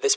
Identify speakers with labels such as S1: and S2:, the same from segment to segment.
S1: This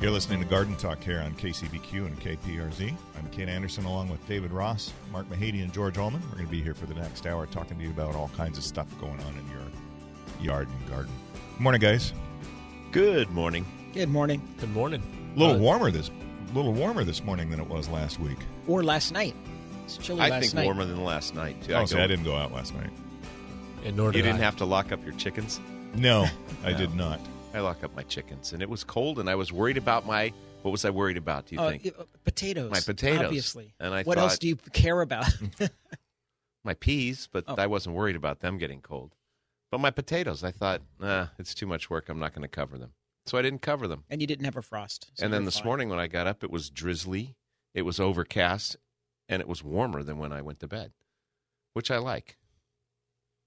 S2: You're listening to Garden Talk here on KCBQ and KPRZ. I'm Ken Anderson along with David Ross, Mark Mahady, and George Allman. We're going to be here for the next hour talking to you about all kinds of stuff going on in your yard and garden. Good morning, guys.
S3: Good morning.
S4: Good morning.
S5: Good morning.
S2: A little
S5: Uh,
S2: warmer this little warmer this morning than it was last week.
S4: Or last night. It's chilly
S3: I
S4: last
S3: think
S4: night.
S3: warmer than last night too.
S2: Oh,
S3: I
S2: see,
S3: go-
S2: I didn't go out last night.
S5: And nor did
S3: You didn't
S5: I.
S3: have to lock up your chickens.
S2: No, I
S3: No.
S2: did not.
S3: I lock up my chickens, and it was cold, and I was worried about my. What was I worried about? Do you
S4: Uh,
S3: think
S4: y- uh, potatoes.
S3: My potatoes.
S4: Obviously.
S3: And I
S4: what else
S3: thought-
S4: do you care about?
S3: my peas? But
S4: Oh.
S3: I wasn't worried about them getting cold. But my potatoes, I thought, nah, it's too much work. I'm not going to cover them, so I didn't cover them.
S4: and you didn't have a frost. so
S3: and then
S4: you're
S3: this
S4: fine.
S3: morning when I got up, it was drizzly, it was overcast, and it was warmer than when I went to bed, which I like.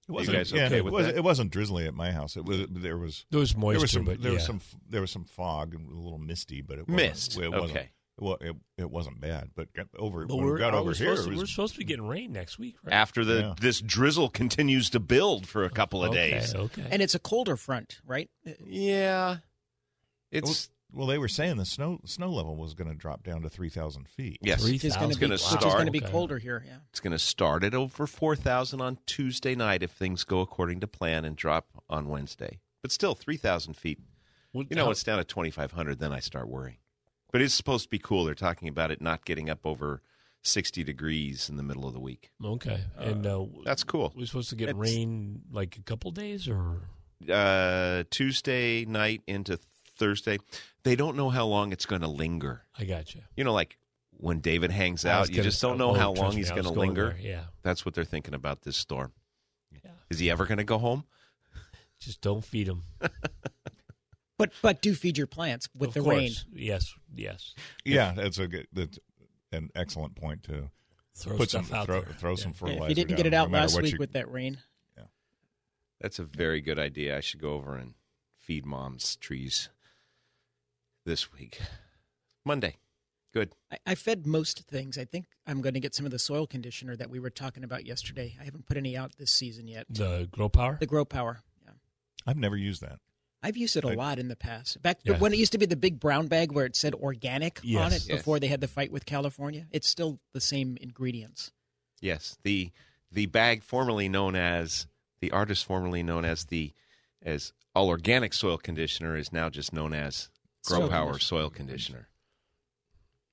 S2: It
S3: guys
S2: yeah,
S3: okay
S2: it,
S3: with
S2: was,
S3: that?
S2: it wasn't drizzly at my house. It was there was
S5: There was moisture,
S2: there was some
S5: but
S2: there was
S5: yeah.
S2: some there was some fog and a little misty, but it wasn't,
S3: Mist.
S2: It wasn't,
S3: Okay.
S2: Well, it, it wasn't bad, but got over
S5: But
S2: when we
S5: we're,
S2: got
S5: I
S2: over
S5: was
S2: here,
S5: supposed
S2: it
S5: to-
S2: was
S5: we're supposed to be getting rain next week, right?
S3: After the
S2: Yeah.
S3: this drizzle continues to build for a couple of
S5: okay,
S3: days,
S5: Okay.
S4: And it's a colder front, right?
S3: yeah, it's
S2: Well, they were saying the snow snow level was going to drop down to three thousand feet.
S3: yes.
S5: Three
S4: Which is
S5: thousand.
S4: gonna be,
S3: gonna
S4: Which is
S3: start.
S4: going to be
S5: Okay.
S4: colder here. Yeah.
S3: It's going to start at over 4,000 on Tuesday night if things go according to plan and drop on Wednesday. But still, 3,000 feet.
S5: What-
S3: You know,
S5: how-
S3: it's down at 2,500, then I start worrying. But it's supposed to be cool. They're talking about it not getting up over 60 degrees in the middle of the week.
S5: okay. and uh,
S3: That's cool.
S5: we're supposed to get
S4: That's-
S5: rain like a couple days, or
S3: Uh, Tuesday night into Thursday, they don't know how long it's going to linger.
S5: I got you.
S3: You know, like when David hangs
S5: I was
S3: out, you
S5: gonna-
S3: just don't know
S5: oh,
S3: how
S5: trust
S3: long
S5: me,
S3: he's
S5: I was
S3: going to
S5: going
S3: linger.
S5: there, Yeah.
S3: That's what they're thinking about this storm.
S5: Yeah.
S3: Is he ever going to go home?
S5: Just don't feed them
S4: But but do feed your plants with
S5: of
S4: the rain.
S5: course. Yes. Yes.
S2: Yeah, that's a good, that's an excellent point to
S5: Throw
S2: put some
S5: stuff out
S2: throw,
S5: there.
S2: throw some
S4: Yeah,
S2: fertilizer.
S4: if you didn't
S2: down,
S4: get it
S2: no
S4: out
S2: matter
S4: last
S2: what
S4: week
S2: you-
S4: with that rain,
S3: That's a very good idea. I should go over and feed mom's trees this week. Monday. Good.
S4: I, I fed most things. I think I'm going to get some of the soil conditioner that we were talking about yesterday. I haven't put any out this season yet.
S5: The grow power.
S4: The Grow Power. Yeah.
S2: I've never used that.
S4: I've used it a
S2: I-
S4: lot in the past. Back
S5: Yeah.
S4: when it used to be the big brown bag where it said organic on
S5: Yes.
S4: it before they had the fight with California, it's still the same ingredients.
S3: Yes. The the bag formerly known as the artist formerly known as the as all organic soil conditioner is now just known as Grow
S4: Soil
S3: Power
S4: conditioner.
S3: soil conditioner.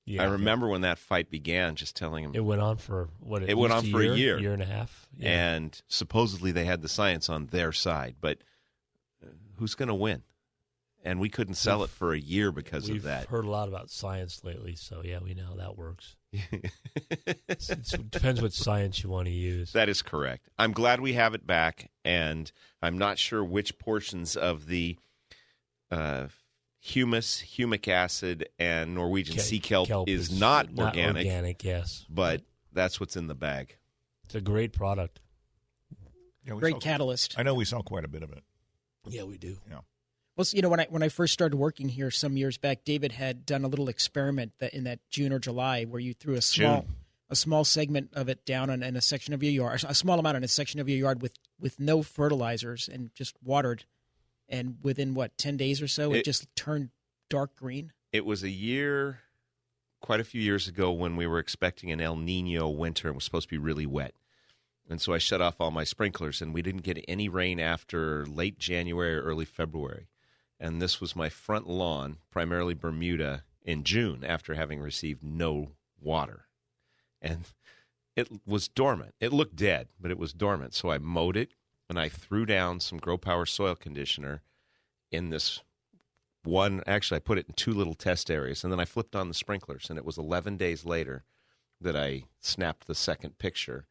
S5: Yeah.
S3: I remember when that fight began, just telling him
S5: It went on for what? at
S3: It went
S5: least
S3: on for a year.
S5: year and a half. Yeah.
S3: and supposedly they had the science on their side, but uh, who's going to win? And we couldn't sell it for a year because
S5: We've
S3: of that.
S5: heard a lot about science lately, so yeah, we know how that works. It's, it's, it depends what science you want to use.
S3: That is correct. I'm glad we have it back, and I'm not sure which portions of the uh, humus, humic acid, and Norwegian
S5: Ke-
S3: sea kelp, is, not, organic,
S5: organic, yes.
S3: but that's what's in the bag.
S5: It's a great product.
S2: Yeah, we
S4: Great
S2: saw-
S4: catalyst.
S2: I know we saw quite a bit of it.
S5: Yeah, we do.
S2: Yeah,
S4: Well, so, you know, when I when I first started working here some years back, David had done a little experiment that in that June or July where you threw a small
S3: June.
S4: a small segment of it down on, in a section of your yard, a small amount in a section of your yard with with no fertilizers and just watered, and within what ten days or so, it,
S3: It-
S4: just turned dark green.
S3: It was a year, quite a few years ago, when we were expecting an El Nino winter and was supposed to be really wet. And so I shut off all my sprinklers, and we didn't get any rain after late January or early February. And this was my front lawn, primarily Bermuda, in June after having received no water. And it was dormant. It looked dead, but it was dormant. So I mowed it and I threw down some Grow Power soil conditioner in this one. Actually, I put it in two little test areas, and then I flipped on the sprinklers, and it was 11 days later that I snapped the second picture.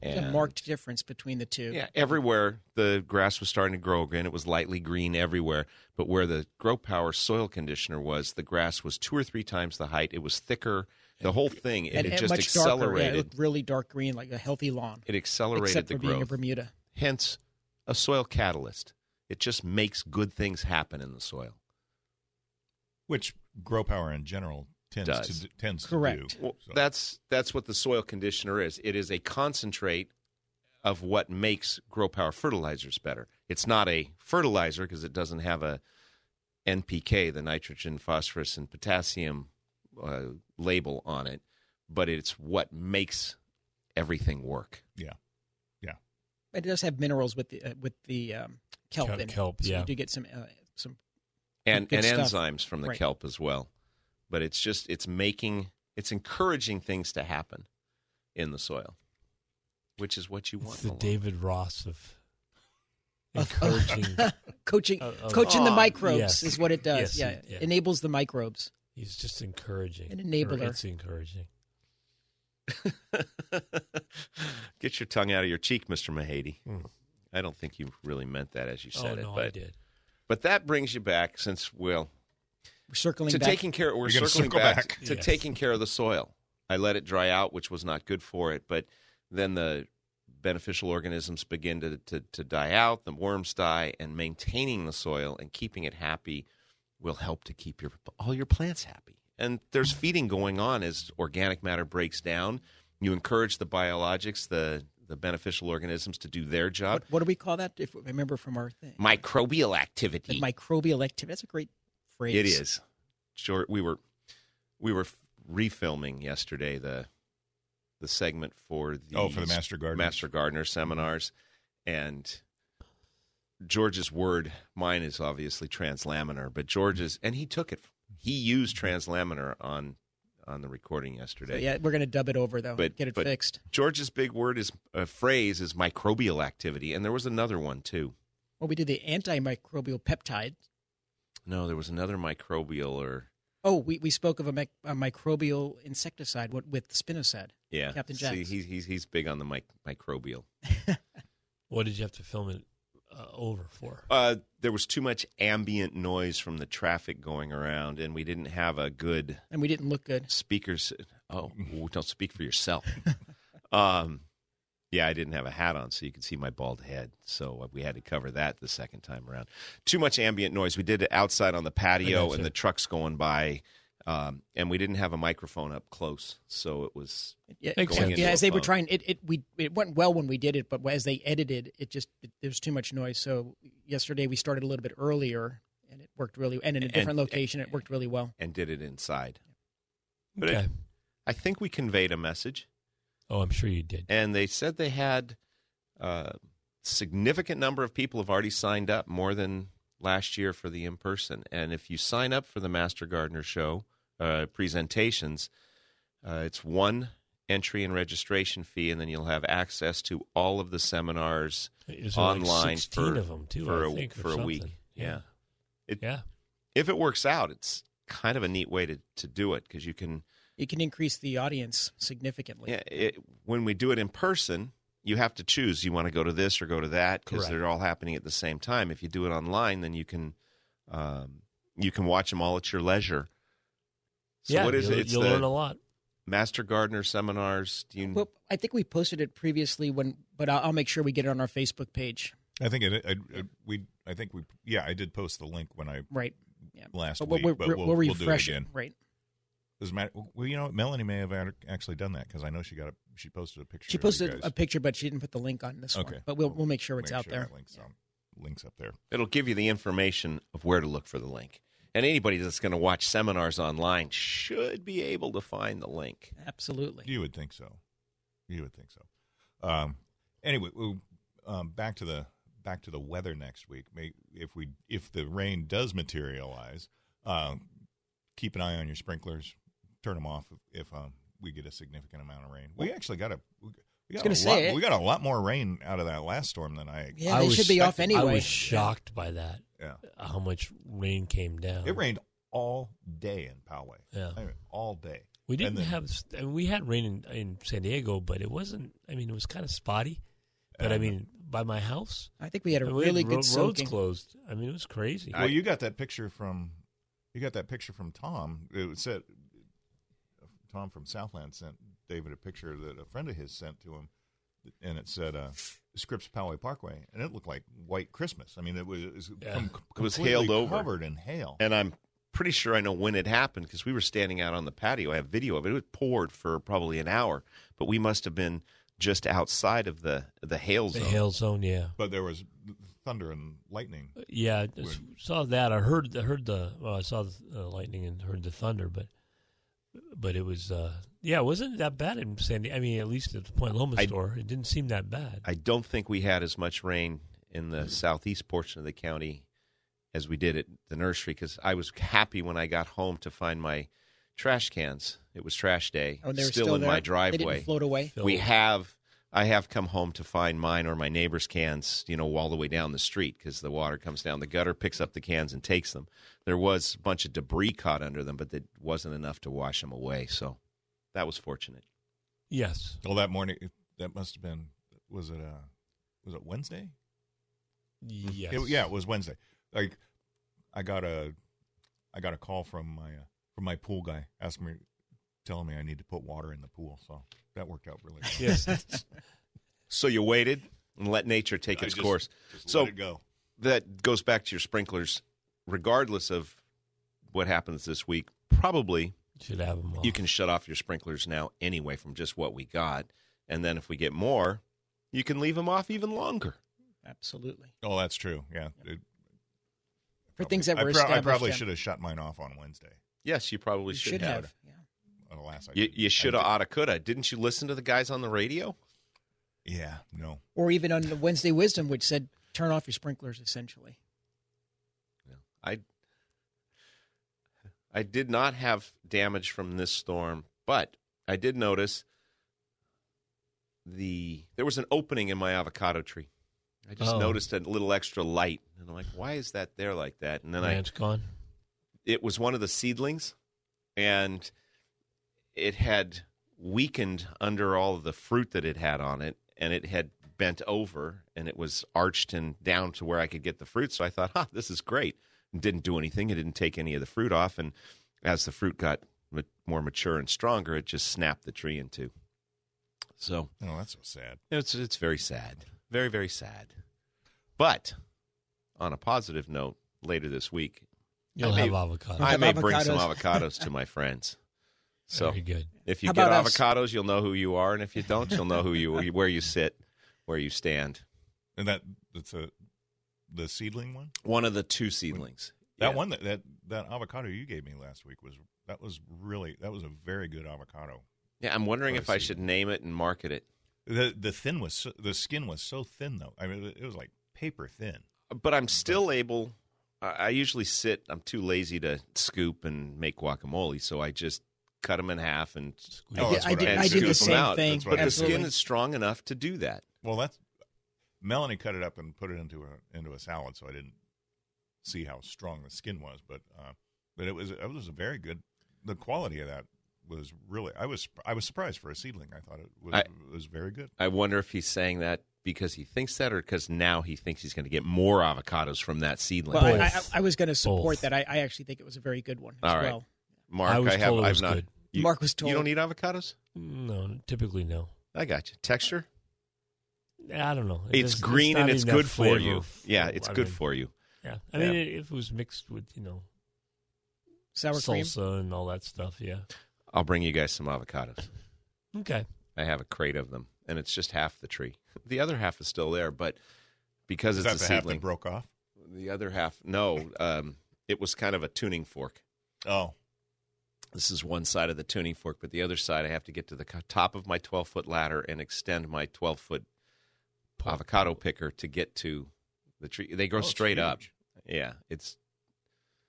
S4: There's a marked difference between the two.
S3: Yeah, everywhere the grass was starting to grow again. It was lightly green everywhere, but where the Grow Power soil conditioner was, the grass was two or three times the height. It was thicker. The whole thing it,
S4: and,
S3: it
S4: and
S3: just
S4: much darker. Yeah, it
S3: accelerated.
S4: looked really dark green, like a healthy lawn.
S3: it accelerated
S4: except
S3: the
S4: for being a
S3: growth.
S4: Bermuda.
S3: Hence, a soil catalyst. It just makes good things happen in the soil.
S2: which grow power in general tends
S3: Does.
S2: to d- tends
S4: Correct.
S2: to do.
S3: Well,
S2: So-
S3: that's that's what the soil conditioner is. It is a concentrate of what makes grow power fertilizers better. It's not a fertilizer because it doesn't have a NPK, the nitrogen, phosphorus, and potassium uh, label on it, but it's what makes everything work.
S2: yeah,
S4: It does have minerals with the uh, with the um, kelp
S5: Kelp-
S4: in it.
S5: kelp,
S4: so
S5: yeah.
S4: you do get some uh, some
S3: and
S4: Good
S3: and
S4: stuff.
S3: enzymes from the
S4: Right.
S3: kelp as well. But it's just it's making it's encouraging things to happen in the soil, which is what you want.
S5: It's the
S3: in a lawn.
S5: David Ross of
S4: of-
S5: encouraging.
S4: coaching
S5: Of- of-
S4: coaching the
S3: Oh,
S4: microbes
S5: yes.
S4: is what it does.
S5: Yes,
S4: yeah.
S5: it- yeah.
S4: enables the microbes.
S5: he's just encouraging.
S4: An enabler.
S5: It's encouraging.
S3: Get your tongue out of your cheek, Mister Mahady.
S5: Hmm.
S3: I don't think you really meant that as you
S5: Oh
S3: said
S5: no,
S3: it, but
S5: I did.
S3: but that brings you back since well
S4: We're circling
S3: to
S4: back.
S3: taking care. We're
S2: You're gonna
S3: circling
S2: circle
S3: back,
S2: back.
S3: to
S5: Yes.
S3: taking care of the soil. I let it dry out, which was not good for it. But then the beneficial organisms begin to to, to die out. The worms die, and maintaining the soil and keeping it happy will help to keep your all your plants happy. And there's feeding going on as organic matter breaks down. You encourage the biologics, the the beneficial organisms, to do their job.
S4: what, what do we call that? If I remember from our thing,
S3: Microbial
S4: The
S3: activity.
S4: microbial activity. That's a great phrase.
S3: It is. Sure, we were we were refilming yesterday the the segment for the
S2: Oh, for the Master Gardeners.
S3: Master Gardener seminars, and George's word, mine is obviously translaminar, but George's, and he took it. He used translaminar on on the recording yesterday.
S4: So, yeah, we're gonna dub it over though.
S3: But-
S4: get it
S3: but-
S4: fixed.
S3: George's big word is uh, phrase is microbial activity, and there was another one too.
S4: Well, we did the antimicrobial peptide.
S3: No, there was another microbial or
S4: Oh, we, we spoke of a, mic- a microbial insecticide what, with spinosad.
S3: yeah,
S4: Captain
S3: See,
S4: Jack's.
S3: he's he's he's big on the mic- microbial.
S5: What did you have to film it uh, over for?
S3: Uh, there was too much ambient noise from the traffic going around, and we didn't have a good
S4: And we didn't look good.
S3: speakers. Oh, ooh, don't speak for yourself. um, yeah, I didn't have a hat on, so you could see my bald head. So uh, we had to cover that the second time around. Too much ambient noise. We did it outside on the
S5: I
S3: patio,
S5: gotcha.
S3: and the trucks going by, um, and we didn't have a microphone up close, so it was
S4: Yeah,
S5: Makes
S4: yeah,
S5: sense.
S4: yeah, as they were
S3: Going
S4: trying, it, it we it went well when we did it, but as they edited, it just it, there was too much noise. So yesterday we started a little bit earlier, and it worked really. And in a
S3: And-
S4: different location, it worked really well.
S3: and did it inside. But it-
S5: Okay.
S3: I think we conveyed a message.
S5: Oh, I'm sure you did.
S3: and they said they had a significant number of people have already signed up more than last year for the in person and if you sign up for the master gardener show uh, presentations uh, it's one entry and registration fee and then you'll have access to all of the seminars
S5: Is there like
S3: online
S5: 16
S3: for,
S5: of 'em, too,
S3: for
S5: I
S3: a,
S5: think, or
S3: for a week
S5: something.
S3: yeah.
S5: Yeah.
S3: It-
S5: Yeah.
S3: if it works out it's kind of a neat way to, to do it because you can
S4: You can increase the audience significantly.
S3: Yeah, it, when we do it in person, you have to choose. You want to go to this or go to that because
S5: Correct.
S3: they're all happening at the same time. If you do it online, then you can um, you can watch them all at your leisure. So
S5: yeah,
S3: what is
S5: you'll,
S3: it? It's
S5: you'll
S3: the
S5: learn a lot.
S3: Master Gardener seminars. Do you,
S4: Well, I think we posted it previously when, but I'll, I'll make sure we get it on our Facebook page.
S2: I think it, I, I, we. I think we. Yeah, I did post the link when I
S4: Right. Yeah.
S2: last
S4: But
S2: week,
S4: we'll,
S2: but
S4: we'll,
S2: we'll,
S4: we'll
S2: we'll do it
S4: refresh
S2: again.
S4: Right.
S2: Doesn't matter. Well, you know, what? Melanie may have ac- actually done that because I know she got a, she posted a picture.
S4: She
S2: of you
S4: posted
S2: guys.
S4: a picture, but she didn't put the link on this
S2: Okay.
S4: one. But we'll we'll make sure it's
S2: Make
S4: out
S2: sure
S4: there.
S2: that Links, um, links up there.
S3: it'll give you the information of where to look for the link. And anybody that's going to watch seminars online should be able to find the link.
S4: Absolutely.
S2: You would think so. You would think so. Um, anyway, we- um, back to the back to the weather next week. May, if we if the rain does materialize, um, keep an eye on your sprinklers. Turn them off if um, we get a significant amount of rain. We actually got a We got,
S4: gonna
S2: a
S4: say
S2: lot,
S4: it.
S2: we got a lot more rain out of that last storm than I.
S4: Yeah,
S5: I
S4: they
S5: was
S4: should be off
S2: expecting-
S5: I
S4: anyway.
S5: was shocked by that.
S2: Yeah.
S5: How much rain came down?
S2: It rained all day in Poway.
S5: Yeah.
S2: I mean, all day.
S5: We
S2: And
S5: didn't
S2: then-
S5: have. I mean, we had rain in, in San Diego, but it wasn't. I mean, it was kind of spotty. But I
S2: Um,
S5: mean, by my house,
S4: I think we had a
S5: and we had
S4: really
S5: ro-
S4: good
S5: roads
S4: soaking.
S5: closed. I mean, it was crazy.
S2: Well, you got that picture from you got that picture from Tom. It was said Tom from Southland sent David a picture that a friend of his sent to him, and it said uh, Scripps Poway Parkway, and it looked like white Christmas. I mean, it was, it was,
S5: Yeah.
S2: com-
S3: It was
S2: completely
S3: hailed over.
S2: covered in hail.
S3: And I'm pretty sure I know when it happened because we were standing out on the patio. I have video of it. It poured for probably an hour, but we must have been just outside of the the hail
S5: the
S3: zone.
S5: hail zone, yeah,
S2: but there was thunder and lightning.
S5: yeah. I just saw that. I heard. I heard the. Well, I saw the uh, lightning and heard the thunder, but but it was. uh Yeah, it wasn't that bad in San Diego. I mean, at least at the Point Loma
S3: I-
S5: store, it didn't seem that bad.
S3: I don't think we had as much rain in the southeast portion of the county as we did at the nursery because I was happy when I got home to find my trash cans. It was trash day,
S4: Oh, they were
S3: still, in
S4: there.
S3: my
S4: They didn't
S3: driveway.
S4: float away.
S5: Filled.
S3: We have. I have come home to find mine or my neighbor's cans, you know, all the way down the street because the water comes down the gutter, picks up the cans, and takes them. There was a bunch of debris caught under them, but it wasn't enough to wash them away. So that was fortunate.
S5: yes,
S2: Well, that morning, that must have been was it uh was it Wednesday?
S3: Mm,
S5: yes,
S2: It- yeah, it was Wednesday. Like, I got a, I got a call from my uh, from my pool guy asking me, telling me I need to put water in the pool. So that worked out really. Well.
S5: yes.
S3: So you waited and let nature take
S2: I
S3: its
S2: just-
S3: course.
S2: Just
S3: So-
S2: let it go.
S3: that goes back to your sprinklers, regardless of what happens this week. Probably
S5: Should have them. All.
S3: you can shut off your sprinklers now anyway from just what we got, and then if we get more, you can leave them off even longer.
S4: Absolutely.
S2: Oh, that's true. Yeah. It-
S4: For things that were
S2: I, pro- I
S4: established.
S2: probably
S4: yeah.
S2: should have shut mine off on Wednesday.
S3: Yes, you probably
S4: You
S3: should,
S4: should
S3: have.
S4: have. Yeah.
S2: Alas, I
S3: You,
S2: didn't.
S3: you
S2: I
S3: should have,
S2: did-
S3: oughta, coulda. Didn't you listen to the guys on the radio?
S2: Yeah. No.
S4: Or even on the Wednesday Wisdom, which said turn off your sprinklers, essentially.
S3: I I did not have damage from this storm, but I did notice the there was an opening in my avocado tree. I just
S5: Oh.
S3: noticed a little extra light, and I'm like, "Why is that there like that?" And then I
S5: Ranch gone.
S3: it was one of the seedlings and it had weakened under all of the fruit that it had on it and it had bent over and it was arched and down to where I could get the fruit so I thought huh this is great It didn't do anything it didn't take any of the fruit off and as the fruit got ma- more mature and stronger it just snapped the tree in two so
S2: No, that's so sad.
S3: it's it's very sad, very very sad. But on a positive note, later this week,
S5: You'll
S3: may-
S5: have avocado.
S3: I
S4: have
S3: may bring
S4: avocados.
S3: some avocados to my friends. So
S5: Very good.
S3: if you
S4: How
S3: get
S4: about us?
S3: avocados, you'll know who you are, and if you don't, you'll know who you where you sit, where you stand.
S2: And that that's a the seedling one.
S3: One of the two seedlings.
S2: That
S3: Yeah.
S2: one that, that that avocado you gave me last week was that was really that was a very good avocado.
S3: Yeah, I'm wondering
S2: What a
S3: if I
S2: seedling.
S3: should name it and market it.
S2: The the thin was so, the skin was so thin though. I mean, it was like paper thin.
S3: but I'm still able. I I usually sit. I'm too lazy to scoop and make guacamole, so I just cut them in half and.
S5: Squeeze.
S2: Oh,
S4: I did,
S2: that's
S4: I
S2: what
S4: did,
S2: I-
S4: I did the
S3: That's
S4: same
S3: what I-
S4: thing.
S2: Right.
S3: But the
S4: Absolutely.
S3: skin is strong enough to do that.
S2: Well, that's Melanie cut it up and put it into a into a salad, so I didn't see how strong the skin was. But uh, but it was it was a very good. The quality of that was really. I was I was surprised for a seedling. I thought it was
S3: I-
S2: it was very good.
S3: I wonder if he's saying that because he thinks that, or because now he thinks he's going to get more avocados from that seedling.
S4: Well, I, I,
S5: Both.
S4: I was going to support
S5: Both.
S4: that. I, I actually think it was a very good one as
S3: All right.
S4: well.
S3: Mark,
S5: I
S3: I,
S5: was
S3: have.
S5: told it
S3: I've
S5: was
S3: not.
S5: good.
S3: You,
S4: Mark was told.
S3: you don't eat avocados.
S5: No, typically no.
S3: I got you. Texture.
S5: I don't know. It
S3: It's
S5: doesn't-
S3: green
S5: not
S3: and
S5: even
S3: it's
S5: that
S3: good for
S5: flavor
S3: you.
S5: of-
S3: Yeah, it's
S5: I
S3: good
S5: mean,
S3: for you.
S5: Yeah, I
S3: Yeah.
S5: mean, if it was mixed with you know
S4: Sour cream.
S5: salsa and all that stuff, yeah.
S3: I'll bring you guys some avocados.
S5: Okay,
S3: I have a crate of them, and it's just half the tree. The other half is still there, but because
S2: Is
S3: it's
S2: that
S3: a
S2: the half
S3: seedling,
S2: that broke off?
S3: the other half, no, um, it was kind of a tuning fork.
S2: Oh,
S3: This is one side of the tuning fork, but the other side, I have to get to the co- top of my 12 foot ladder and extend my 12 foot avocado picker to get to the tree. They
S2: Oh,
S3: grow
S2: it's
S3: straight up.
S2: huge.
S3: Yeah, it's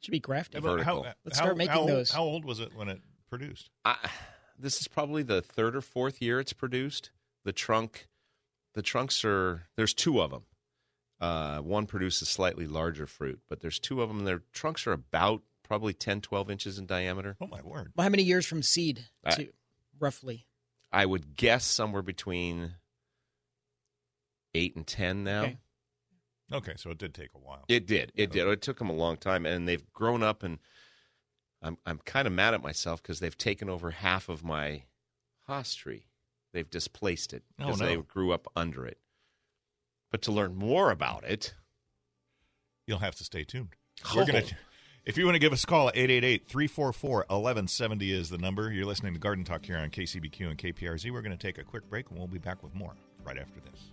S4: Should be grafted.
S3: Ever-
S2: But how,
S3: vertical.
S4: Let's start making
S2: how,
S4: those.
S2: How old was it when it produced?
S3: I, this is probably the third or fourth year it's produced. The the trunk the trunks are there's two of them uh, one produces slightly larger fruit but there's two of them their trunks are about probably 10 12 inches in diameter
S2: Oh my word!
S4: Well, how many years from seed
S3: I-
S4: to roughly?
S3: i would guess somewhere between 8 and 10 now
S4: Okay.
S2: Okay, so it did take a while.
S3: It did. It
S2: Yeah.
S3: did. It took them a long time, and they've grown up. And I'm I'm kind of mad at myself because they've taken over half of my Haas tree. They've displaced it
S2: Oh,
S3: because
S2: no.
S3: they grew up under it. But to learn more about it,
S2: You'll have to stay tuned.
S3: Oh.
S2: We're gonna. If you want to give us a call, 888-344-1170 is the number. You're listening to Garden Talk here on KCBQ and KPRZ. We're going to take a quick break, and we'll be back with more right after this.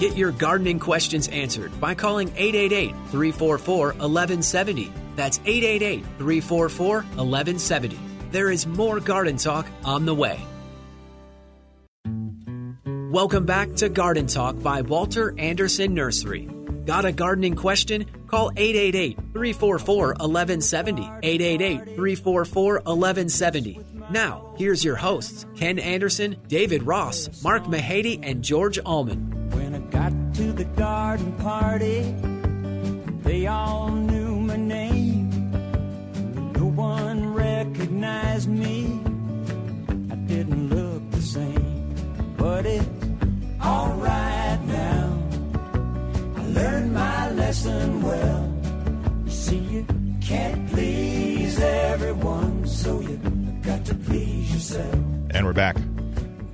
S1: Get your gardening questions answered by calling 888 344 1170. That's 888 344 1170. There is more garden talk on the way. Welcome back to Garden Talk by Walter Anderson Nursery. Got a gardening question? Call 888 344 1170. 888 344 1170. Now, here's your hosts Ken Anderson, David Ross, Mark Mahady, and George Allman.
S6: When I got to the garden party, they all knew my name. No one recognized me. I didn't look the same, but it's alright now. I learned my lesson well. You see, you can't please everyone, so you got to please yourself.
S2: And we're back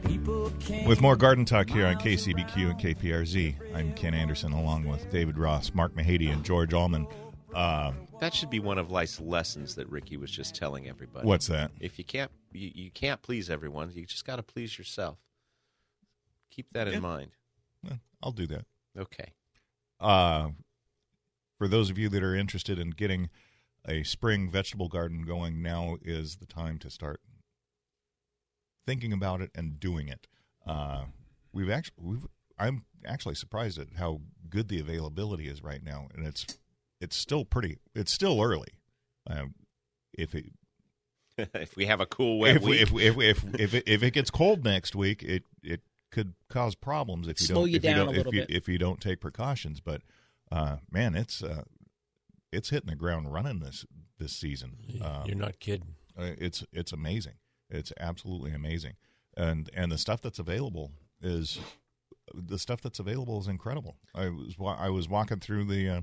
S6: People can't.
S2: with more Garden Talk here on KCBQ and KPRZ. I'm Ken Anderson, along with David Ross, Mark Mahady, and George Allman. Uh,
S3: that should be one of life's lessons that Ricky was just telling everybody.
S2: what's that?
S3: if you can't you, you can't please everyone? You just got to please yourself. Keep that in
S2: Yeah.
S3: mind.
S2: Eh, I'll do that.
S3: Okay.
S2: Uh, for those of you that are interested in getting a spring vegetable garden going, now is the time to start thinking about it and doing it. Uh, we've actually, we've, I'm actually surprised at how good the availability is right now, and it's it's still pretty. It's still early. Uh, if it,
S3: if we have a cool wet
S2: if, we-
S3: week,
S2: if, we- if, we- if, if, it, if it gets cold next week, it, it could cause problems if you
S4: Slow
S2: don't
S4: you
S2: if
S4: down
S2: you don't,
S4: a
S2: if
S4: little
S2: you,
S4: bit.
S2: if you don't take precautions. But uh, man, it's uh, it's hitting the ground running this this season. Um,
S5: You're not kidding.
S2: uh, it's it's amazing. It's absolutely amazing, and and the stuff that's available is the stuff that's available is incredible. I was wa- I was walking through the uh,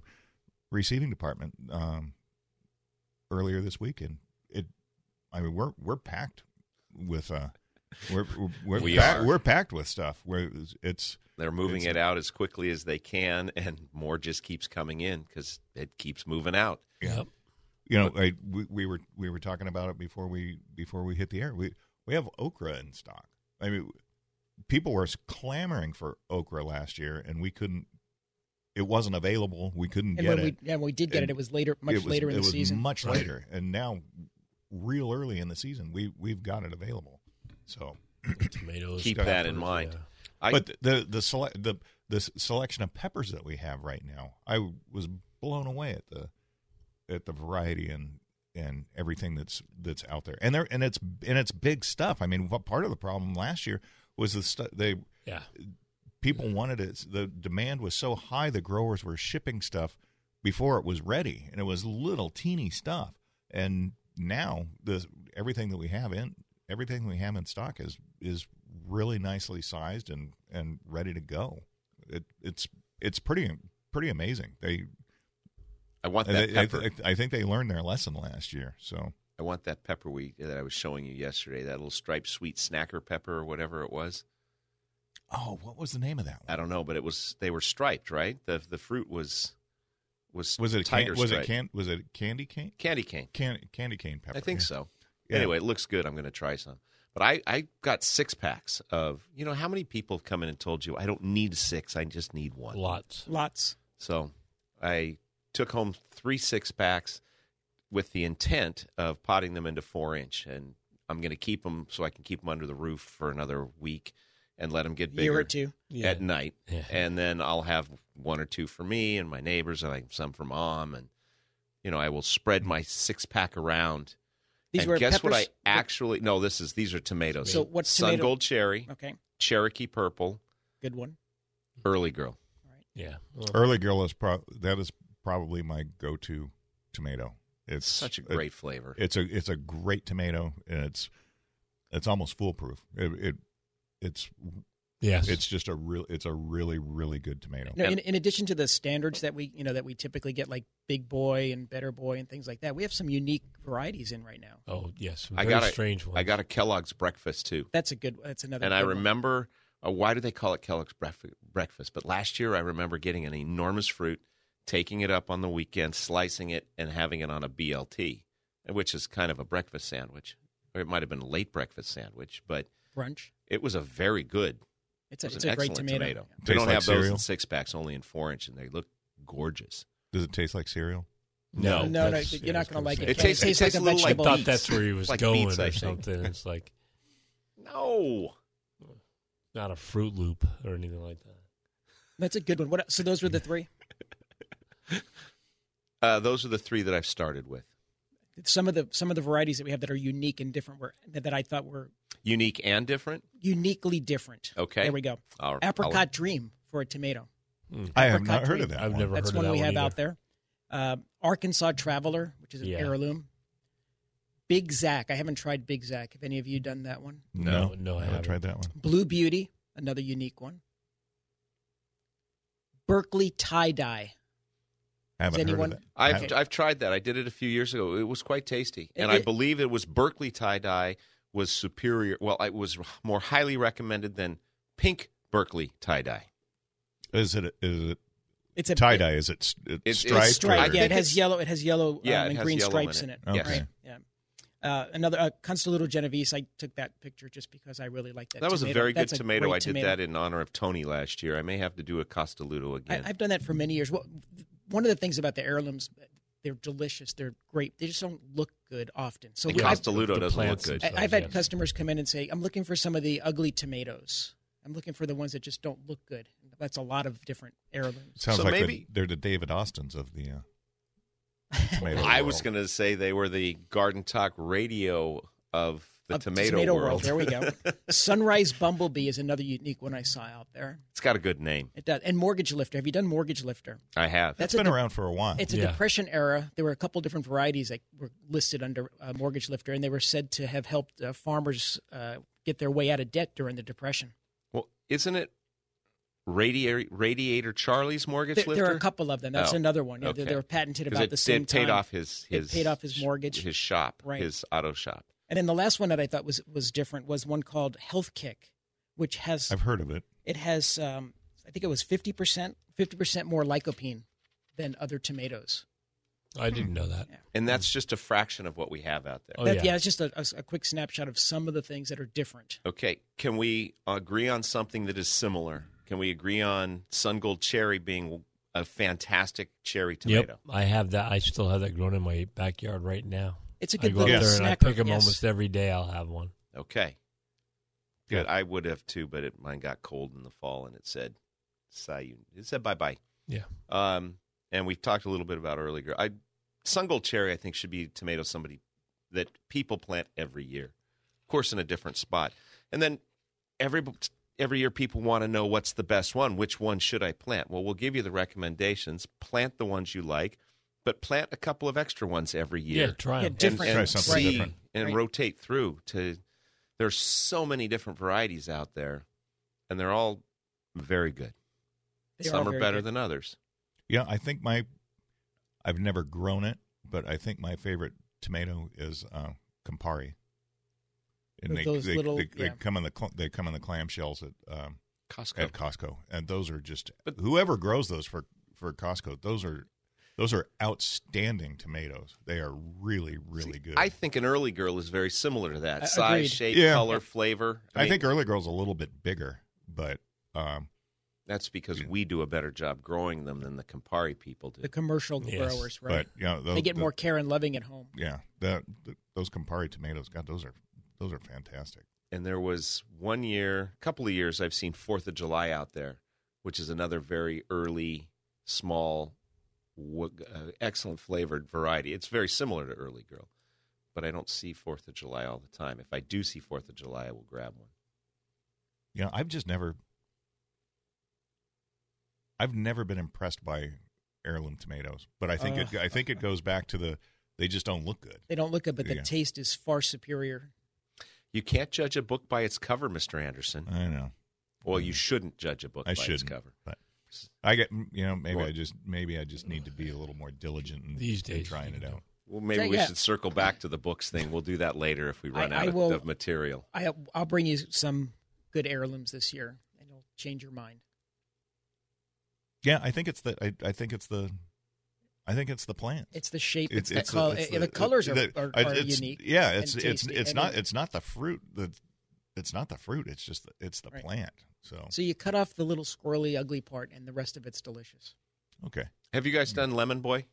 S2: receiving department um, earlier this week, and it I mean we're we're packed with uh we're we're,
S3: We
S2: pack-
S3: are.
S2: we're packed with stuff. Where it's
S3: They're moving
S2: It's-
S3: it out as quickly as they can, and more just keeps coming in because it keeps moving out.
S5: Yep.
S2: you know I, we, we were we were talking about it before we before we hit the air. We we have okra in stock. I mean, people were clamoring for okra last year, and we couldn't. It wasn't available. We couldn't
S4: And
S2: get
S4: when
S2: it.
S4: we yeah, when we did get it,
S2: And
S4: it was later, much
S2: It was-
S4: later in
S2: it
S4: the
S2: was
S4: season.
S2: Much
S5: Right.
S2: later, and now, real early in the season, we we've got it available. So,
S5: Tomatoes.
S3: Keep
S5: peppers,
S3: that in mind.
S5: yeah.
S3: I,
S2: but the the sele- the the selection of peppers that we have right now, I was blown away at the at the variety and and everything that's that's out there, and there and it's and it's big stuff. I mean, what part of the problem last year was the stu- they
S5: Yeah.
S2: people wanted it. The demand was so high, the growers were shipping stuff before it was ready, and it was little teeny stuff. And now the everything that we have in everything we have in stock is is really nicely sized and and ready to go. It, it's it's pretty pretty amazing. They,
S3: I want
S2: they
S3: that
S2: I,
S3: pepper. I,
S2: I, I think they learned their lesson last year. So
S3: want that pepper we that I was showing you yesterday. That little striped sweet snacker pepper or whatever it was.
S2: oh, what was the name of that
S3: I don't know, but it was they were striped, right? The the fruit was was
S2: Was it a
S3: tiger
S2: can, was it
S3: striped.
S2: can, was it candy cane
S3: candy cane?
S2: can, candy cane pepper?
S3: I think so.
S2: Yeah.
S3: Anyway, it looks good. I'm going to try some. But I, I got six packs of, you know, how many people have come in and told you, I don't need six, I just need one?
S5: Lots.
S4: Lots.
S3: So I took home three six packs with the intent of potting them into four inch. And I'm going to keep them so I can keep them under the roof for another week and let them get bigger
S4: year or two.
S5: Yeah.
S3: at night,
S5: Yeah.
S3: and then I'll have one or two for me and my neighbors, and I some for mom, and you know I will spread my six pack around.
S4: These
S3: and
S4: were
S3: guess what I
S4: peppers?
S3: actually no, this is these are tomatoes.
S4: So what
S3: Sun
S4: tomato- Uh-huh.
S3: Gold Cherry,
S4: Okay,
S3: Cherokee Purple,
S4: good one.
S3: Early Girl.
S5: Yeah.
S2: Early girl is pro- that is probably my go-to tomato. It's
S3: Such a
S2: it-
S3: great flavor.
S2: it's a it's a great tomato, and it's it's almost foolproof. It, it it's
S5: Yes.
S2: it's just a real it's a really really good tomato.
S4: No, in,
S3: And-
S4: in addition to the standards that we you know that we typically get like Big Boy and Better Boy and things like that, we have some unique varieties in right now.
S5: oh yes.
S3: I
S5: Very
S3: got a
S5: strange one.
S3: I got a Kellogg's breakfast too,
S4: That's a good. That's another.
S3: and I
S4: good one.
S3: remember uh, why do they call it Kellogg's breakfast? Breakfast, but last year I remember getting an enormous fruit, taking it up on the weekend, slicing it, and having it on a BLT, which is kind of a breakfast sandwich, or it might have been a late breakfast sandwich, but
S4: brunch.
S3: It was a very good.
S4: It's
S3: It
S4: a,
S3: was
S4: it's
S3: an
S4: a great
S3: excellent
S4: tomato.
S3: They
S2: Tastes
S3: don't
S2: like
S3: have those
S2: cereal?
S3: in six packs, only in four inch, and they look gorgeous.
S2: Does it taste like cereal?
S4: No,
S5: no,
S4: no, no,
S5: that's-
S4: you're
S5: yeah,
S4: not
S5: that's
S4: gonna
S5: what I'm
S4: like
S5: saying.
S4: it.
S3: It tastes-
S4: it
S3: it
S4: tastes
S3: tastes
S4: like
S3: a
S4: a
S3: little like
S5: I
S4: vegetable.
S5: thought
S3: beets.
S5: that's where he was
S3: Like
S5: going
S3: beets, I
S5: or
S3: think.
S5: something. It's like
S3: No,
S5: not a Fruit Loop or anything like that.
S4: That's a good one. What? So those were the three.
S3: uh, those are the three that I've started with.
S4: Some of the some of the varieties that we have that are unique and different were that, that I thought were
S3: Unique and different.
S4: uniquely different.
S3: Okay.
S4: there we go.
S3: I'll-
S4: Apricot
S3: I'll-
S4: dream for a tomato.
S2: I have not
S4: Apricot
S2: heard of
S4: tree.
S2: that.
S5: I've
S2: one.
S5: never
S4: That's
S5: heard of
S4: one
S5: that
S4: we
S5: one
S4: have
S5: either.
S4: out there. Uh, Arkansas Traveler, which is an
S5: Yeah.
S4: heirloom. Big Zack. I haven't tried Big Zack. Have any of you done that one?
S5: No, no, I
S2: never
S5: haven't.
S2: tried that one.
S4: Blue Beauty, another unique one. Berkeley Tie Dye.
S2: I haven't heard
S4: anyone-
S2: of that.
S3: I've
S2: I-
S3: I've tried that. I did it a few years ago. It was quite tasty, and
S4: It-
S3: I believe it was Berkeley tie dye was superior. Well, it was more highly recommended than pink Berkeley tie dye.
S2: Is it is it
S4: It's a
S2: tie dye? Is it, s- it
S3: It's- it's
S2: striped? or-
S3: striped,
S4: Stripe.
S3: I
S4: Yeah, it
S3: think
S4: has
S3: it's-
S4: yellow. It has yellow
S3: Yeah,
S4: um,
S3: it
S4: and
S3: has
S4: green
S3: yellow
S4: stripes in
S3: in
S4: it.
S2: it. Okay.
S4: Right. Yeah. Uh, another uh, Constantino Genovese. I took that picture just because I really like that.
S3: That, was a
S4: tomato.
S3: very good
S4: That's
S3: tomato.
S4: great
S3: I did that in honor of Tony last year. I may have to do a Costaludo again.
S4: I, I've done that for many years. Well, one of the things about the heirlooms, they're delicious. They're great. They just don't look good often. So
S3: and
S4: we- I've-
S3: Costaludo
S5: the
S3: doesn't look
S5: plants
S3: good.
S5: and-
S4: I- I've had
S5: Yes.
S4: customers come in and say, "I'm looking for some of the ugly tomatoes. I'm looking for the ones that just don't look good." That's a lot of different heirlooms.
S2: Sounds
S3: So
S2: like the-
S3: maybe-
S2: they're the David Austins of the uh, tomato.
S3: I was
S2: world.
S3: going to say they were the Garden Talk radio of the
S4: Of
S3: tomato, world.
S4: There we go. Sunrise Bumblebee is another unique one I saw out there.
S3: it's got a good name.
S4: It does. And Mortgage Lifter. Have you done Mortgage Lifter?
S3: I have.
S4: That's
S2: It's been
S4: a de-
S2: around for a while.
S4: It's a
S5: Yeah.
S4: depression era. There were a couple different varieties that were listed under uh, Mortgage Lifter, and they were said to have helped uh, farmers uh, get their way out of debt during the depression.
S3: well, isn't it Radiator, radiator Charlie's mortgage
S4: There,
S3: lifter?
S4: there are a couple of them. That's
S3: Oh,
S4: another one. Yeah, they,
S3: okay.
S4: they were patented
S3: 'Cause
S4: about
S3: it,
S4: the same
S3: it paid
S4: time.
S3: off his,
S4: It
S3: his
S4: paid off his mortgage.
S3: his shop,
S4: Right.
S3: his auto shop.
S4: And then the last one that I thought was was different was one called Health Kick, which has
S2: I've heard of it.
S4: it has um, I think it was fifty percent fifty percent more lycopene than other tomatoes.
S5: I didn't know that.
S4: Yeah.
S3: And that's just a fraction of what we have out there.
S5: Oh,
S4: That-
S5: yeah.
S4: it's just a, a- a quick snapshot of some of the things that are different.
S3: Okay, can we agree on something that is similar? Can we agree on Sun Gold Cherry being a fantastic cherry tomato?
S5: Yep, I have that. I still have that grown in my backyard right now.
S4: It's a
S5: I
S4: good
S5: go out
S4: little
S5: there and I
S4: snack.
S5: pick them
S4: yes.
S5: almost every day. I'll have one.
S3: Okay. Good. I would have too, but it, mine got cold in the fall and it said, Sayun. It said bye bye.
S5: Yeah.
S3: Um, and we've talked a little bit about earlier. I Sun Gold Cherry, I think, should be a tomato somebody that people plant every year, of course, in a different spot. And then every every year, people want to know what's the best one. Which one should I plant? Well, we'll give you the recommendations. Plant the ones you like, but plant a couple of extra ones every year
S5: Yeah, try 'em.
S4: Yeah, different-
S3: and,
S2: Try something
S3: see
S2: different.
S3: and
S4: Right.
S3: rotate through to there's so many different varieties out there and they're all very good
S4: They
S3: some
S4: all
S3: are,
S4: very
S3: better
S4: good.
S3: than others
S2: Yeah, I think my I've never grown it, but I think my favorite tomato is uh, Campari. And
S4: With
S2: they,
S4: those
S2: they,
S4: little-
S2: they, they
S4: yeah.
S2: come in the cl- they come in the clamshells at um,
S3: costco
S2: at Costco, and those are just
S3: But-
S2: whoever grows those for for Costco. Those are those are outstanding tomatoes. They are really really
S3: See,
S2: good.
S3: i think an early girl is very similar to that
S4: A-
S3: size
S4: agreed.
S3: shape
S2: Yeah.
S3: color flavor
S2: I,
S3: mean,
S2: think Early Girl's a little bit bigger, but um,
S3: that's because we do a better job growing them than the campari people do
S4: the commercial
S5: Yes.
S4: growers, right?
S2: but you know those,
S4: they get
S2: the-
S4: more care and loving at home.
S2: Yeah, that, th those Campari tomatoes, God, those are Those are fantastic.
S3: and there was one year, couple of years, I've seen Fourth of July out there, which is another very early, small, w- uh, excellent flavored variety. It's very similar to Early Girl, but I don't see Fourth of July all the time. If I do see Fourth of July, I will grab one.
S2: You know, I've just never I've never been impressed by heirloom tomatoes, but I think it
S4: Ugh.
S2: I think
S5: Uh.
S2: it goes back to the they just don't look good.
S4: They don't look good, but the
S2: Yeah.
S4: taste is far superior.
S3: You can't judge a book by its cover, Mister Anderson.
S2: I know.
S3: Well, you shouldn't judge a book
S2: Mm-hmm. I
S3: by
S2: shouldn't.
S3: its cover.
S2: But I get you know maybe I
S3: Well-
S2: just maybe I just need to be a little more diligent in,
S5: These
S2: in
S5: days,
S2: trying
S5: you
S2: it
S5: can do
S2: out.
S3: Well, maybe we
S4: Yeah.
S3: should circle back to the books thing. We'll do that later if we run
S4: I- I
S3: out of,
S4: will-
S3: of material.
S4: I I'll bring you some good heirlooms this year, and you'll change your mind.
S2: Yeah, I think it's the I, I think it's the I think it's the plant.
S4: It's the shape. It's, the color. the, colors are,
S2: the-
S4: are,
S2: I-
S4: are
S2: it's-
S4: unique.
S2: Yeah,
S4: and
S2: it's it's
S4: tasty,
S2: it's
S4: and
S2: not
S4: it-
S2: it's not the fruit that it's not the fruit. It's just the, it's the
S4: Right.
S2: plant. So
S4: So you cut off the little squirrely, ugly part, and the rest of it's delicious.
S2: okay,
S3: Have you guys
S4: Mm.
S3: done Lemon Boy?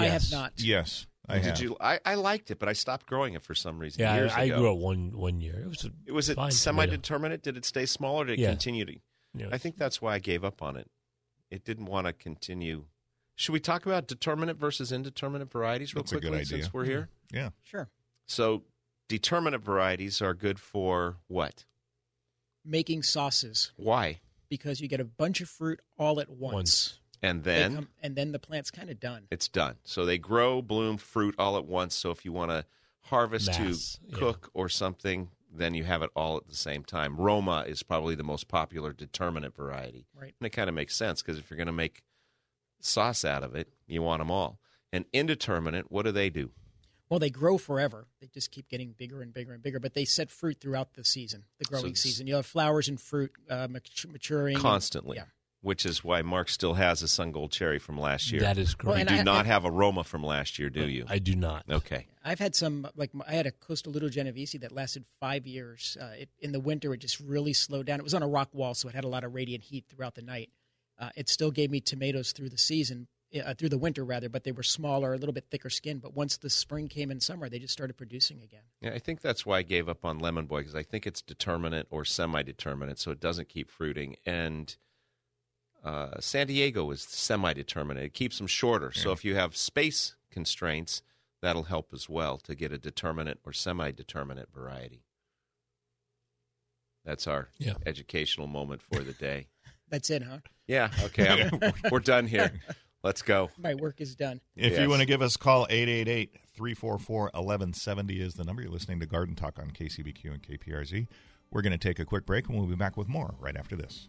S4: I have
S5: Yes.
S4: not.
S2: yes, I
S3: Did
S2: have.
S3: you? I, I liked it, but I stopped growing it for some reason.
S5: Yeah,
S3: years
S5: I, I
S3: ago.
S5: grew up one one year. It was a
S3: It was it
S5: fine tomato.
S3: semi-determinate? Did it stay small or did it
S5: Yeah.
S3: continue to?
S5: Yeah.
S3: I think that's why I gave up on it. It didn't want to continue. Should we talk about determinate versus indeterminate varieties real
S2: That's a good
S3: quickly
S2: idea.
S3: since
S5: Mm-hmm.
S3: we're here?
S2: yeah,
S4: Sure.
S3: So, determinate varieties are good for what?
S4: Making sauces
S3: Why?
S4: because you get a bunch of fruit all at once.
S5: Once.
S3: And
S4: They
S3: then
S4: come- and then the plant's kind of done.
S3: it's done. So they grow, bloom, fruit all at once. So if you want to harvest
S5: Mass,
S3: to
S5: yeah.
S3: cook or something, then you have it all at the same time. Roma is probably the most popular determinate variety.
S4: Right.
S3: And it kind of makes sense because if you're going to make sauce out of it, you want them all. And indeterminate, what do they do?
S4: Well, they grow forever. They just keep getting bigger and bigger and bigger. But they set fruit throughout the season, the growing
S3: it's-
S4: season. You have flowers and fruit uh, mat- maturing and-
S3: Constantly.
S4: yeah.
S3: Which is why Mark still has a sun gold cherry from last year.
S5: That is
S4: Well, and
S5: correct.
S3: you do
S4: I-
S3: not
S4: I-
S3: have a Roma from last year, do you?
S5: I do not.
S3: okay.
S4: I've had some, like I had a Costa Ludo Genovese that lasted five years. Uh, it, in the winter, it just really slowed down. It was on a rock wall, so it had a lot of radiant heat throughout the night. Uh, it still gave me tomatoes through the season, uh, through the winter rather, but they were smaller, a little bit thicker skin. But once the spring came and summer, they just started producing again.
S3: Yeah, I think that's why I gave up on Lemon Boy because I think it's determinate or semi-determinate, so it doesn't keep fruiting. And uh, San Diego is semi-determinate; it keeps them shorter. So
S2: Yeah.
S3: if you have space constraints, that'll help as well to get a determinate or semi-determinate variety. That's our
S5: Yeah.
S3: educational moment for the day.
S4: That's it, huh?
S3: yeah. Okay. I'm, we're done here. Let's go.
S4: My work is done.
S2: If
S3: Yes.
S2: you want to give us a call, 888-344-1170 is the number. You're listening to Garden Talk on KCBQ and KPRZ. We're going to take a quick break, and we'll be back with more right after this.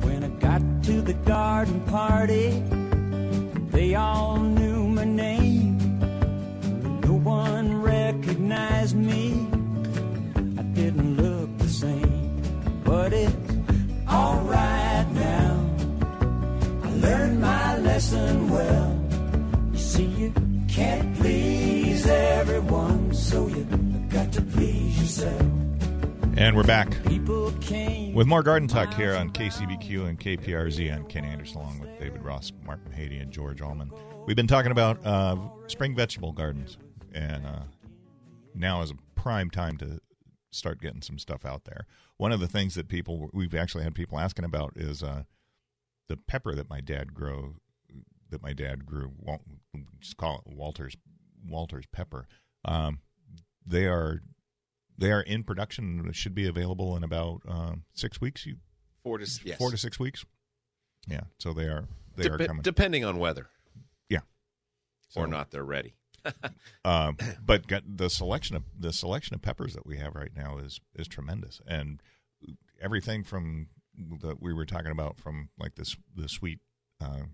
S6: When I got to the garden party, they all knew my name. No one recognized me. I didn't look the same, but it's alright now. I learned my lesson well. You see, you can't please everyone, so you got to please yourself.
S2: And we're back
S6: People came.
S2: with more Garden Talk here on KCBQ and KPRZ. I'm Ken Anderson, along with David Ross, Mark Mahady, and George Allman. We've been talking about uh, spring vegetable gardens, and uh, now is a prime time to start getting some stuff out there. One of the things that people we've actually had people asking about is uh, the pepper that my dad grow that my dad grew. Wal- Just call it Walter's Walter's pepper. Um, they are they are in production. It should be available in about um, six weeks. You
S3: Four to yes.
S2: four to six weeks. Yeah, so they are they are
S3: Dep-
S2: coming.
S3: depending on weather.
S2: yeah,
S3: or not they're ready.
S2: Um, but got the selection of the selection of peppers that we have right now is is tremendous, and everything from that we were talking about from like this the sweet uh, candy,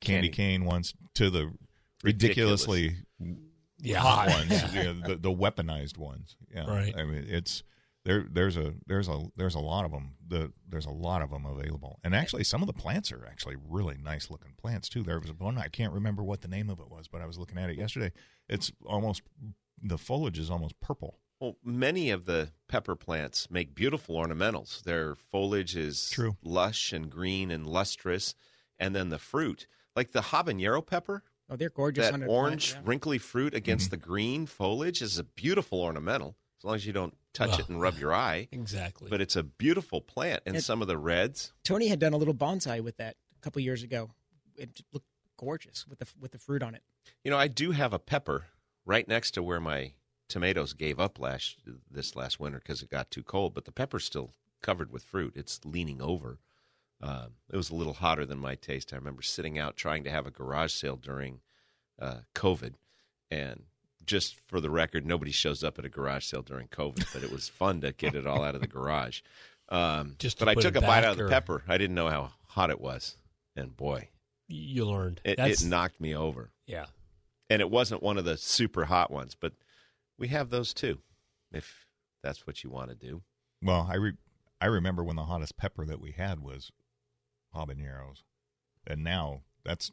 S3: Candy.
S2: cane ones to the ridiculously
S5: Yeah.
S2: hot ones, you know, the, the weaponized ones. Yeah,
S5: Right.
S2: I mean, it's there. There's a there's a there's a lot of them. The there's a lot of them available, and actually, some of the plants are actually really nice looking plants too. There was one I can't remember what the name of it was, but I was looking at it yesterday. It's almost the foliage is almost purple.
S3: Well, many of the pepper plants make beautiful ornamentals. Their foliage is
S2: True.
S3: lush and green and lustrous, and then the fruit, like the habanero pepper,
S4: Oh, they're gorgeous.
S3: that
S4: on their
S3: orange
S4: plant, yeah.
S3: wrinkly fruit against the green foliage is a beautiful ornamental as long as you don't touch
S5: Well.
S3: it and rub your eye.
S5: Exactly.
S3: But it's a beautiful plant, and
S4: It-
S3: some of the reds.
S4: Tony had done a little bonsai with that a couple years ago. It looked gorgeous with the with the fruit on it.
S3: You know, I do have a pepper right next to where my tomatoes gave up last this last winter because it got too cold. But the pepper's still covered with fruit. It's leaning over. Um, it was a little hotter than my taste. I remember sitting out trying to have a garage sale during uh, COVID, and just for the record, nobody shows up at a garage sale during COVID. But it was fun to get it all out of the garage. Um,
S5: Just to
S3: but I
S5: put
S3: took
S5: it
S3: a bite
S5: back,
S3: out of the
S5: or-
S3: pepper. I didn't know how hot it was, and boy,
S5: you learned.
S3: it, it
S5: That's-
S3: knocked me over
S5: Yeah.
S3: and it wasn't one of the super hot ones, but we have those too, if that's what you want to do.
S2: Well, I re- I remember when the hottest pepper that we had was habaneros, and now that's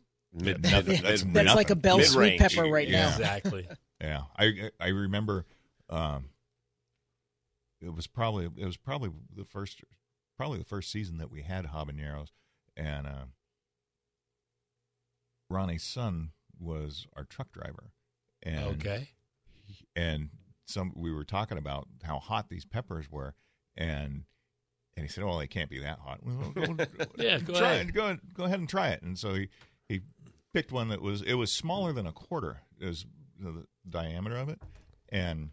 S2: Nothing-
S3: Mid- mid-
S2: that's
S3: mid-
S4: That's
S2: nothing.
S4: like a bell sweet
S3: Mid-range.
S4: pepper right
S2: Yeah.
S4: now.
S5: Exactly.
S2: Yeah, I I remember. Um, it was probably it was probably the first probably the first season that we had habaneros, and uh, Ronnie's son was our truck driver, and
S5: okay.
S2: and some we were talking about how hot these peppers were, and and he said, "Well, they can't be that hot." Well, go,
S5: Yeah, go
S2: try
S5: ahead.
S2: It, go go ahead and try it. And so he he picked one that was it was smaller than a quarter is the diameter of it, and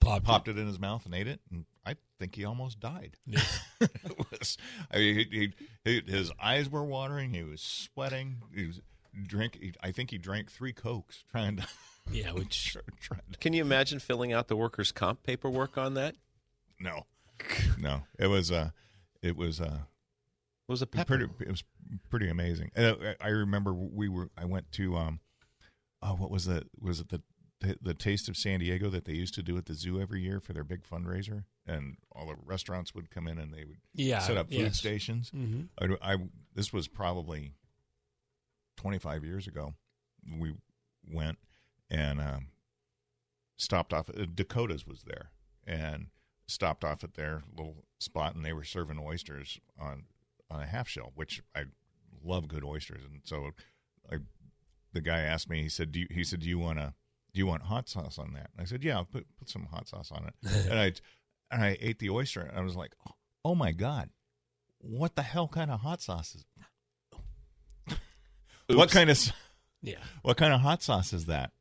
S5: Popped.
S2: popped it in his mouth and ate it. And I think he almost died.
S5: Yeah.
S2: it was, I mean, he, he, he, his eyes were watering. He was sweating. He was drink. He, I think he drank three cokes trying to
S5: Yeah, which
S2: trying to
S3: Can you imagine filling out the workers' comp paperwork on that? It
S2: No, no. It was uh it was uh
S3: was a pepper.
S2: pretty. It was pretty amazing. And I, I remember we were. I went to um, oh, what was the was it the the Taste of San Diego that they used to do at the zoo every year for their big fundraiser, and all the restaurants would come in and they would
S5: yeah.
S2: set up food
S5: yes.
S2: stations.
S5: hmm
S2: I, I this was probably twenty five years ago. We went and um, stopped off. uh, Dakota's was there and stopped off at their little spot, and they were serving oysters on on a half shell, which I love good oysters, and so I, the guy asked me. He said, "Do you, he said do you want to do you want hot sauce on that?" And I said, "Yeah, I'll put put some hot sauce on it." and I and I ate the oyster, and I was like, "Oh my god, what the hell kind of hot sauce is? What
S3: Oops.
S2: kind of
S5: Yeah.
S2: what kind of hot sauce is that?"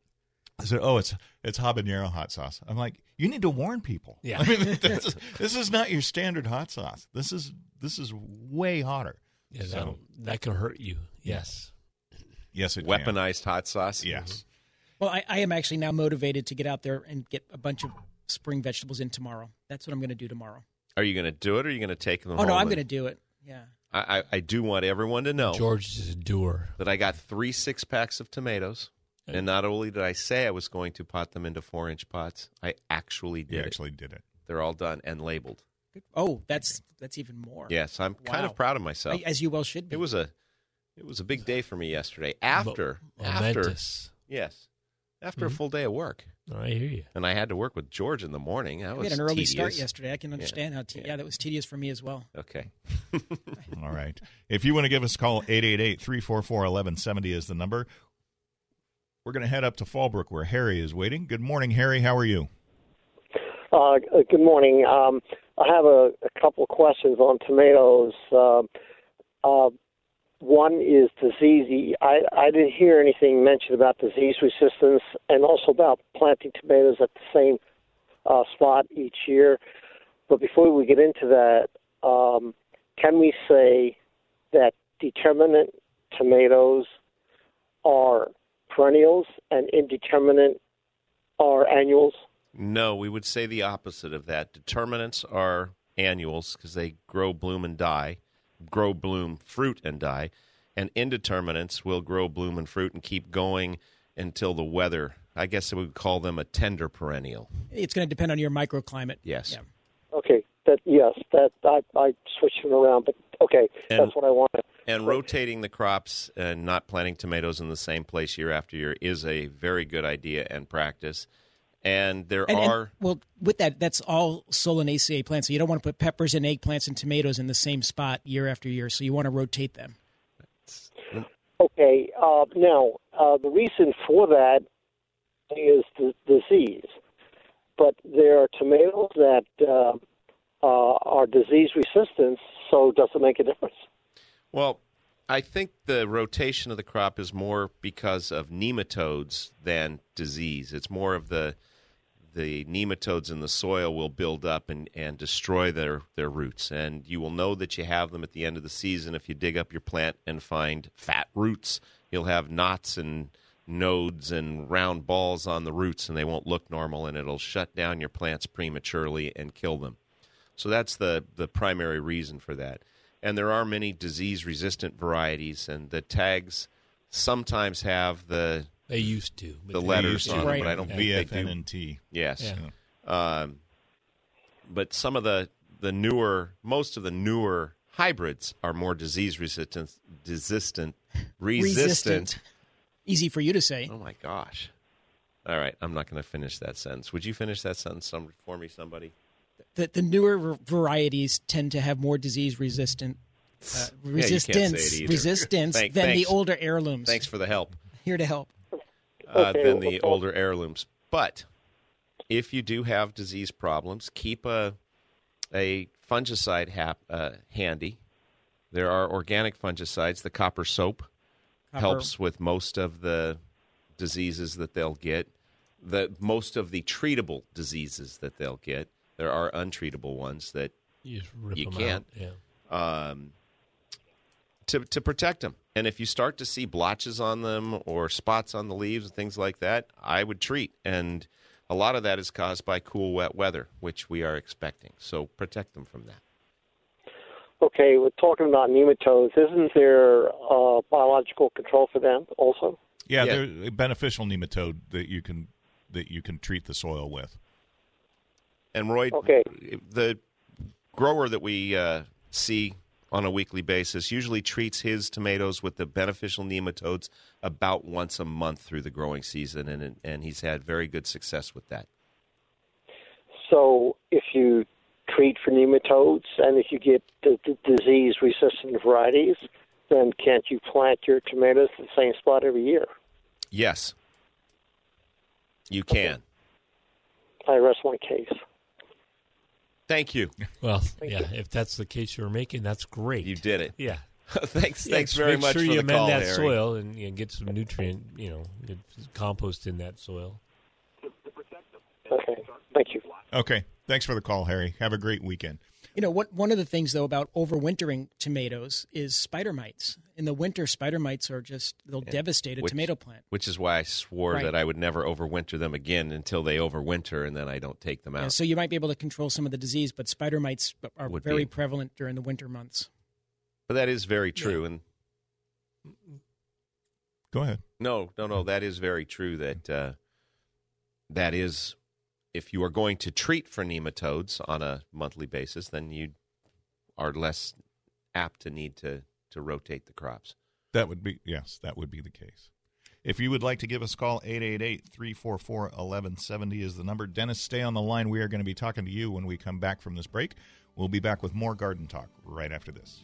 S2: I said, "Oh, it's it's habanero hot sauce." I'm like, "You need to warn people.
S5: Yeah.
S2: I mean, this is, this is not your standard hot sauce. This is this is way hotter.
S5: Yeah,
S2: So-
S5: that'll- that can hurt you. Yes.
S2: Yes, it can.
S3: Weaponized hot sauce. Mm-hmm.
S2: Yes,
S4: Well, I, I am actually now motivated to get out there and get a bunch of spring vegetables in tomorrow. That's what I'm going to do tomorrow.
S3: Are you going to do it, or are you going to take them?
S4: Oh no, I'm going to
S3: to.
S4: do it. Yeah.
S3: I, I, I do want everyone to know
S5: George is a doer.
S3: that I got three six packs of tomatoes, and not only did I say I was going to pot them into four inch pots, I actually
S2: you
S3: did. it.
S2: actually did it.
S3: They're all done and labeled.
S4: Good. Oh, that's that's even more.
S3: Yes, I'm kind
S4: Wow.
S3: of proud of myself.
S4: I- as you well should be.
S3: It was a it was a big day for me yesterday. After
S5: Mo-
S3: after
S5: momentous.
S3: yes, after
S4: Mm-hmm.
S3: a full day of work,
S5: I hear you.
S3: and I had to work with George in the morning. That
S4: I
S3: was
S4: had an early
S3: tedious.
S4: start yesterday. I can understand how. Te- yeah. that was tedious for me as well.
S3: Okay,
S2: All right. If you want to give us a call, 888 344 1170 is the number. We're going to head up to Fallbrook where Harry is waiting. Good morning, Harry. How are you?
S7: Uh, good morning. Um, I have a, a couple of questions on tomatoes. Uh, uh, one is disease. I, I didn't hear anything mentioned about disease resistance and also about planting tomatoes at the same uh, spot each year. But before we get into that, um, can we say that determinant tomatoes are perennials and indeterminate are annuals?
S3: No, we would say the opposite of that. Determinants are annuals because they grow, bloom, and die, grow, bloom, fruit, and die. And indeterminates will grow, bloom, and fruit and keep going until the weather. I guess we would call them a tender perennial.
S4: It's going to depend on your microclimate.
S3: Yes.
S4: Yeah.
S7: Okay, that yes, that I, I switched it around, but okay,
S3: And-
S7: that's what I wanted.
S3: And rotating the crops and not planting tomatoes in the same place year after year is a very good idea and practice. And there
S4: And, and-
S3: are
S4: well, with that, that's all solanaceae plants. So you don't want to put peppers and eggplants and tomatoes in the same spot year after year. So you want to rotate them.
S7: Okay, uh, now uh, the reason for that is the disease, but there are tomatoes that uh, uh, are disease resistant, so does it make a difference?
S3: Well, I think the rotation of the crop is more because of nematodes than disease. It's more of the the nematodes in the soil will build up and, and destroy their, their roots. And you will know that you have them at the end of the season if you dig up your plant and find fat roots. You'll have knots and nodes and round balls on the roots, and they won't look normal, and it'll shut down your plants prematurely and kill them. So that's the the primary reason for that. And there are many disease resistant varieties, and the tags sometimes have the
S5: They used to. but
S3: The
S5: they
S3: letters
S5: used to,
S3: on
S4: them, but I
S3: don't think they do.
S2: VFNNT.
S3: yes.
S5: Yeah.
S3: Um, but some of the the newer, most of the newer hybrids are more disease resistant, resistant, resistant.
S4: Easy for you to say.
S3: Oh my gosh! All right, I'm not going to finish that sentence. Would you finish that sentence some, for me, somebody?
S4: The, the newer var- varieties tend to have more disease resistant uh,
S3: Yeah, you can't say it
S4: resistance
S3: either.
S4: resistance
S3: Thank-
S4: than
S3: thanks.
S4: the older heirlooms.
S3: Thanks for the help.
S4: Here to help.
S3: uh,
S7: Okay,
S3: than the
S7: well-
S3: older heirlooms. But if you do have disease problems, keep a a fungicide hap, uh, handy. There are organic fungicides. The copper soap
S4: Copper.
S3: helps with most of the diseases that they'll get. The most of the treatable diseases that they'll get. There are untreatable ones that
S5: You, just rip
S3: You
S5: them
S3: can't.
S5: Out. Yeah.
S3: um, to to protect them. And if you start to see blotches on them or spots on the leaves and things like that, I would treat. And a lot of that is caused by cool, wet weather, which we are expecting. So protect them from that.
S7: Okay, we're talking about nematodes. Isn't there uh, biological control for them also?
S2: Yeah,
S3: Yeah.
S2: they're a beneficial nematode that you can that you can treat the soil with.
S3: And Roy,
S7: Okay.
S3: the grower that we uh, see on a weekly basis usually treats his tomatoes with the beneficial nematodes about once a month through the growing season, and and he's had very good success with that.
S7: So if you treat for nematodes and if you get the, the disease resistant varieties, then can't you plant your tomatoes in the same spot every year?
S3: Yes, you can.
S7: I rest my case.
S3: Thank you.
S5: Well, yeah. If that's the case you were making, that's great.
S3: You did it.
S5: Yeah.
S3: thanks.
S5: Yeah,
S3: thanks
S5: just
S3: very
S5: make
S3: much
S5: sure
S3: for
S5: you
S3: the
S5: amend
S3: call,
S5: that
S3: Harry.
S5: soil and you know, get some nutrient, you know, get compost in that soil.
S7: Okay, thank you.
S2: Okay, thanks for the call, Harry. Have a great weekend.
S4: You know, what, one of the things though about overwintering tomatoes is spider mites. In the winter, spider mites are just they'll devastate a
S3: Which-
S4: tomato plant.
S3: Which is why I swore
S4: Right.
S3: that I would never overwinter them again until they overwinter, and then I don't take them out.
S4: Yeah, so you might be able to control some of the disease, but spider mites are
S3: Would
S4: very
S3: be.
S4: prevalent during the winter months.
S3: but that is very true. And
S2: Go ahead.
S3: no, no, no, that is very true. That uh, that is, if you are going to treat for nematodes on a monthly basis, then you are less apt to need to to rotate the crops.
S2: That would be yes, that would be the case. If you would like to give us a call, 888-344-1170 is the number. Dennis, stay on the line. We are going to be talking to you when we come back from this break. We'll be back with more garden talk right after this.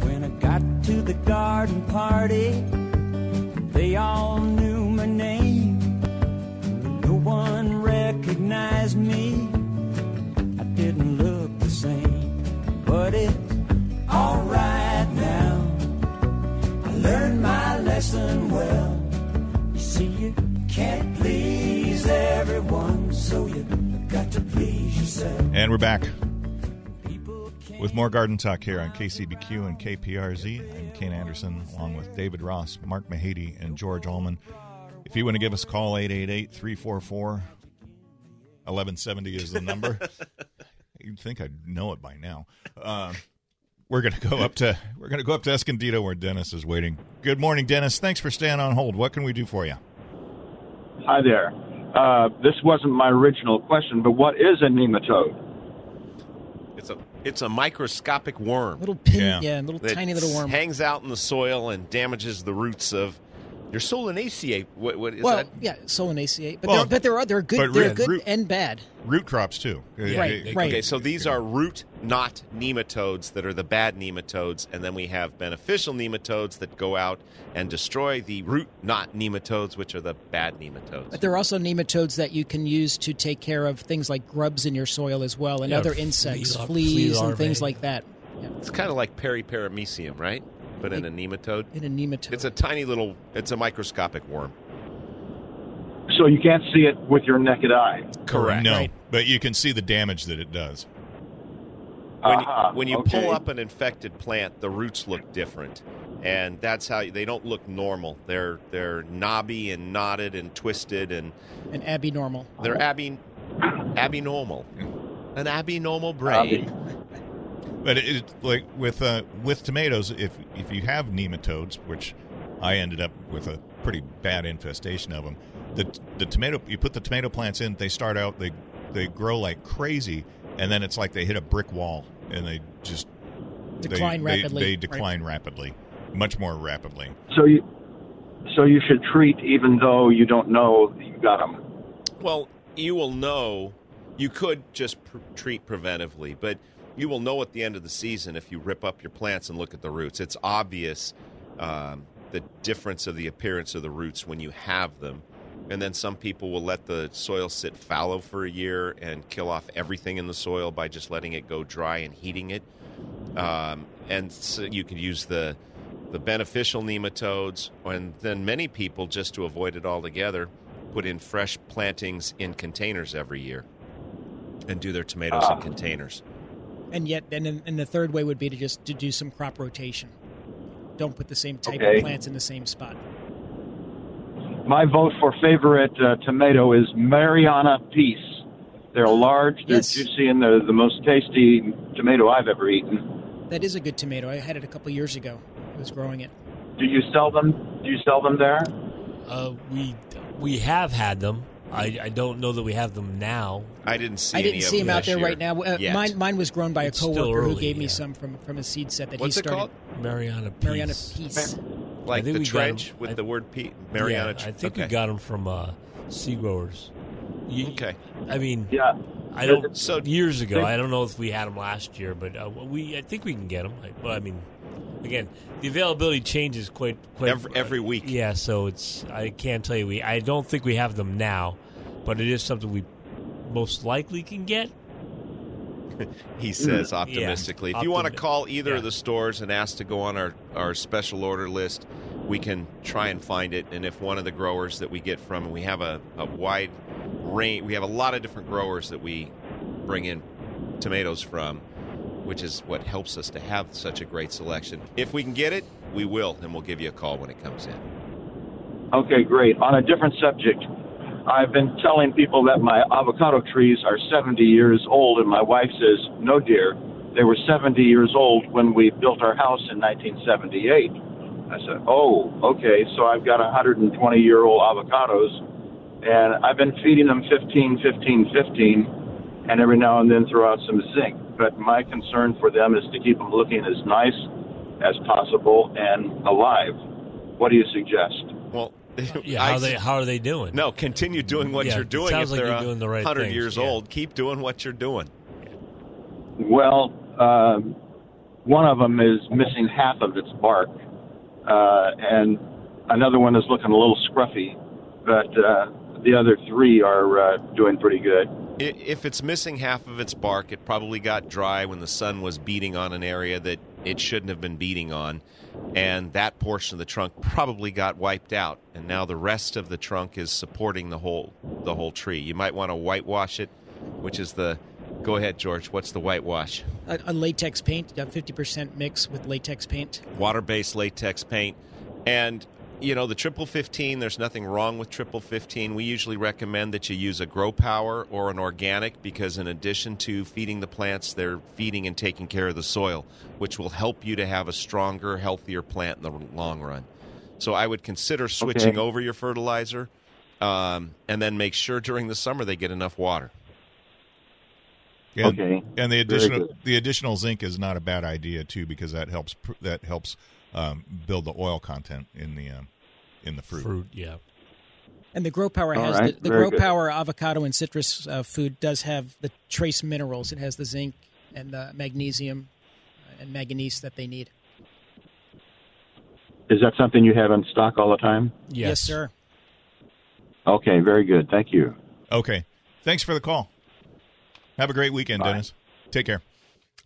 S6: When I got to the garden party, they all knew my name. No one recognized me. I didn't look the same, but it's alright now. I learned my lesson well. You see, you can't please everyone, so you got to please yourself.
S2: And we're back
S6: People can't
S2: with more Garden Talk here on KCBQ and KPRZ. I'm Kane Anderson, along with David Ross, Mark Mahady, and George Allman. If you want to give us a call, 888 344 1170 is the number. You'd think I'd know it by now. Uh, we're gonna go up to we're gonna go up to Escondido where Dennis is waiting. Good morning, Dennis. Thanks for staying on hold. What can we do for you?
S8: Hi there. Uh, this wasn't my original question, but what is a nematode?
S3: It's a it's a microscopic worm
S4: Little pin,
S2: Yeah.
S4: yeah, little
S3: that
S4: tiny little worm.
S3: hangs out in the soil and damages the roots of your solanaceae. What, what is
S4: well,
S3: that?
S4: yeah, solanaceae, but
S2: Well,
S4: there, but there are there are good,
S2: but
S4: there are
S2: root-
S4: good
S2: root-
S4: and bad.
S2: Root crops too.
S5: Right,
S2: Uh,
S5: right.
S3: Okay, so these are root knot nematodes that are the bad nematodes, and then we have beneficial nematodes that go out and destroy the root knot nematodes, which are the bad nematodes.
S4: But there are also nematodes that you can use to take care of things like grubs in your soil as well, and
S5: Yeah,
S4: other
S5: flea
S4: insects,
S5: lar-
S4: fleas,
S5: flea
S4: and things
S5: larvae.
S4: like that. Yeah.
S3: It's kind of like periparamecium, right? But in a nematode.
S4: In a nematode,
S3: It's a tiny little, it's a microscopic worm.
S8: So you can't see it with your naked eye.
S3: Correct.
S2: No,
S4: Right.
S2: but you can see the damage that it does.
S3: When you,
S8: Aha,
S3: when you
S8: okay.
S3: pull up an infected plant, the roots look different, and that's how they don't look normal. They're they're knobby and knotted and twisted, and
S4: an abnormal.
S3: they're
S8: Uh-huh.
S3: abin, abnormal, an abnormal brain.
S2: But it, it like with uh, with tomatoes, if if you have nematodes, which I ended up with a pretty bad infestation of them, the the tomato you put the tomato plants in, they start out they they grow like crazy, and then it's like they hit a brick wall and they just they-
S4: Decline
S2: they,
S4: rapidly,
S2: They,
S4: right.
S2: decline rapidly, much more rapidly.
S8: So you, so you should treat even though you don't know you got them.
S3: Well, you will know. You could just pr- treat preventively, but you will know at the end of the season if you rip up your plants and look at the roots. It's obvious um, the difference of the appearance of the roots when you have them. And then some people will let the soil sit fallow for a year and kill off everything in the soil by just letting it go dry and heating it. Um, and so you can use the the beneficial nematodes, and then many people just to avoid it altogether put in fresh plantings in containers every year and do their tomatoes in containers.
S4: And yet, and then and the third way would be to just to do some crop rotation. Don't put the same type
S8: Okay.
S4: of plants in the same spot.
S8: My vote for favorite uh, tomato is Mariana Peace. They're large, they're
S4: Yes.
S8: juicy, and they're the most tasty tomato I've ever eaten.
S4: That is a good tomato. I had it a couple years ago. I was growing it.
S8: Do you sell them? Do you sell them there?
S5: Uh, we we have had them. I, I don't know that we have them now.
S3: I didn't see.
S4: I didn't
S3: any
S4: see
S3: of
S4: him
S3: them
S4: out there
S3: this
S4: right
S3: year
S4: now. Uh,
S3: yet.
S4: mine, mine was grown by a
S5: It's still
S4: coworker who
S5: early,
S4: gave me
S5: yeah.
S4: some from from a seed set that
S3: What's
S4: he
S3: it
S4: started.
S3: called?
S5: Mariana Peace.
S4: Mariana Peace.
S3: Like
S5: I think
S3: the
S5: we got
S3: trench
S5: 'em-
S3: with
S5: I-
S3: the word pe- Mariana.
S5: Yeah,
S3: tr-
S5: I think we
S3: okay.
S5: got them from uh, Sea Growers. You-
S3: Okay.
S5: I mean,
S8: Yeah.
S5: I don't.
S3: So
S5: years ago, I don't know if we had them last year, but uh, we I think we can get them. I, well, I mean, again, the availability changes quite quite uh,
S3: Every- every week.
S5: yeah, so it's I can't tell you. We I don't think we have them now, but it is something we most likely can get.
S3: he says optimistically. If you want to
S5: Mm. Optimi-
S3: call either
S5: yeah.
S3: of the stores and ask to go on our, our special order list, we can try and find it. And if one of the growers that we get from, and we have a, a wide range, we have a lot of different growers that we bring in tomatoes from, which is what helps us to have such a great selection. If we can get it, we will, and we'll give you a call when it comes in.
S8: Okay, great. On a different subject, I've been telling people that my avocado trees are 70 years old, and my wife says, No, dear, they were 70 years old when we built our house in 1978. I said, Oh, okay, so I've got 120 year old avocados, and I've been feeding them 15, 15, 15. and every now and then throw out some zinc. But my concern for them is to keep them looking as nice as possible and alive. What do you suggest?
S3: Well,
S5: Yeah,
S3: I-
S5: how they how are they doing?
S3: no, continue doing what
S5: Yeah,
S3: you're
S5: it
S3: doing.
S5: sounds
S3: if
S5: like
S3: they're
S5: you're
S3: a
S5: doing the right
S3: 100
S5: things,
S3: years
S5: yeah.
S3: old, keep doing what you're doing.
S8: Well, um, one of them is missing half of its bark, uh, and another one is looking a little scruffy, but uh, the other three are uh, doing pretty good.
S3: I- If it's missing half of its bark, it probably got dry when the sun was beating on an area that it shouldn't have been beating on, and that portion of the trunk probably got wiped out, and now the rest of the trunk is supporting the whole the whole tree. You might want to whitewash it, which is the go ahead, George. What's the whitewash?
S4: A, a latex paint, a 50% mix with latex paint.
S3: water-based latex paint and you know the triple 15 there's nothing wrong with triple 15 we usually recommend that you use a grow power or an organic because in addition to feeding the plants they're feeding and taking care of the soil which will help you to have a stronger healthier plant in the long run so i would consider switching over your fertilizer um, and then make sure during the summer they get enough water
S2: And,
S8: Okay.
S2: And the
S8: Very
S2: additional
S8: good.
S2: the additional zinc is not a bad idea too, because that helps pr- that helps um, build the oil content in the um, in the fruit.
S5: fruit. Yeah,
S4: And the Grow Power
S8: All
S4: has
S8: right,
S4: the, the
S8: very
S4: Grow
S8: good.
S4: Power avocado and citrus uh, food does have the trace minerals. It has the zinc and the magnesium uh, and manganese that they need.
S8: Is that something you have in stock all the time?
S5: yes,
S4: sir.
S8: Okay, very good. Thank you.
S2: Okay. Thanks for the call. Have a great weekend,
S8: Bye.
S2: Dennis. Take care.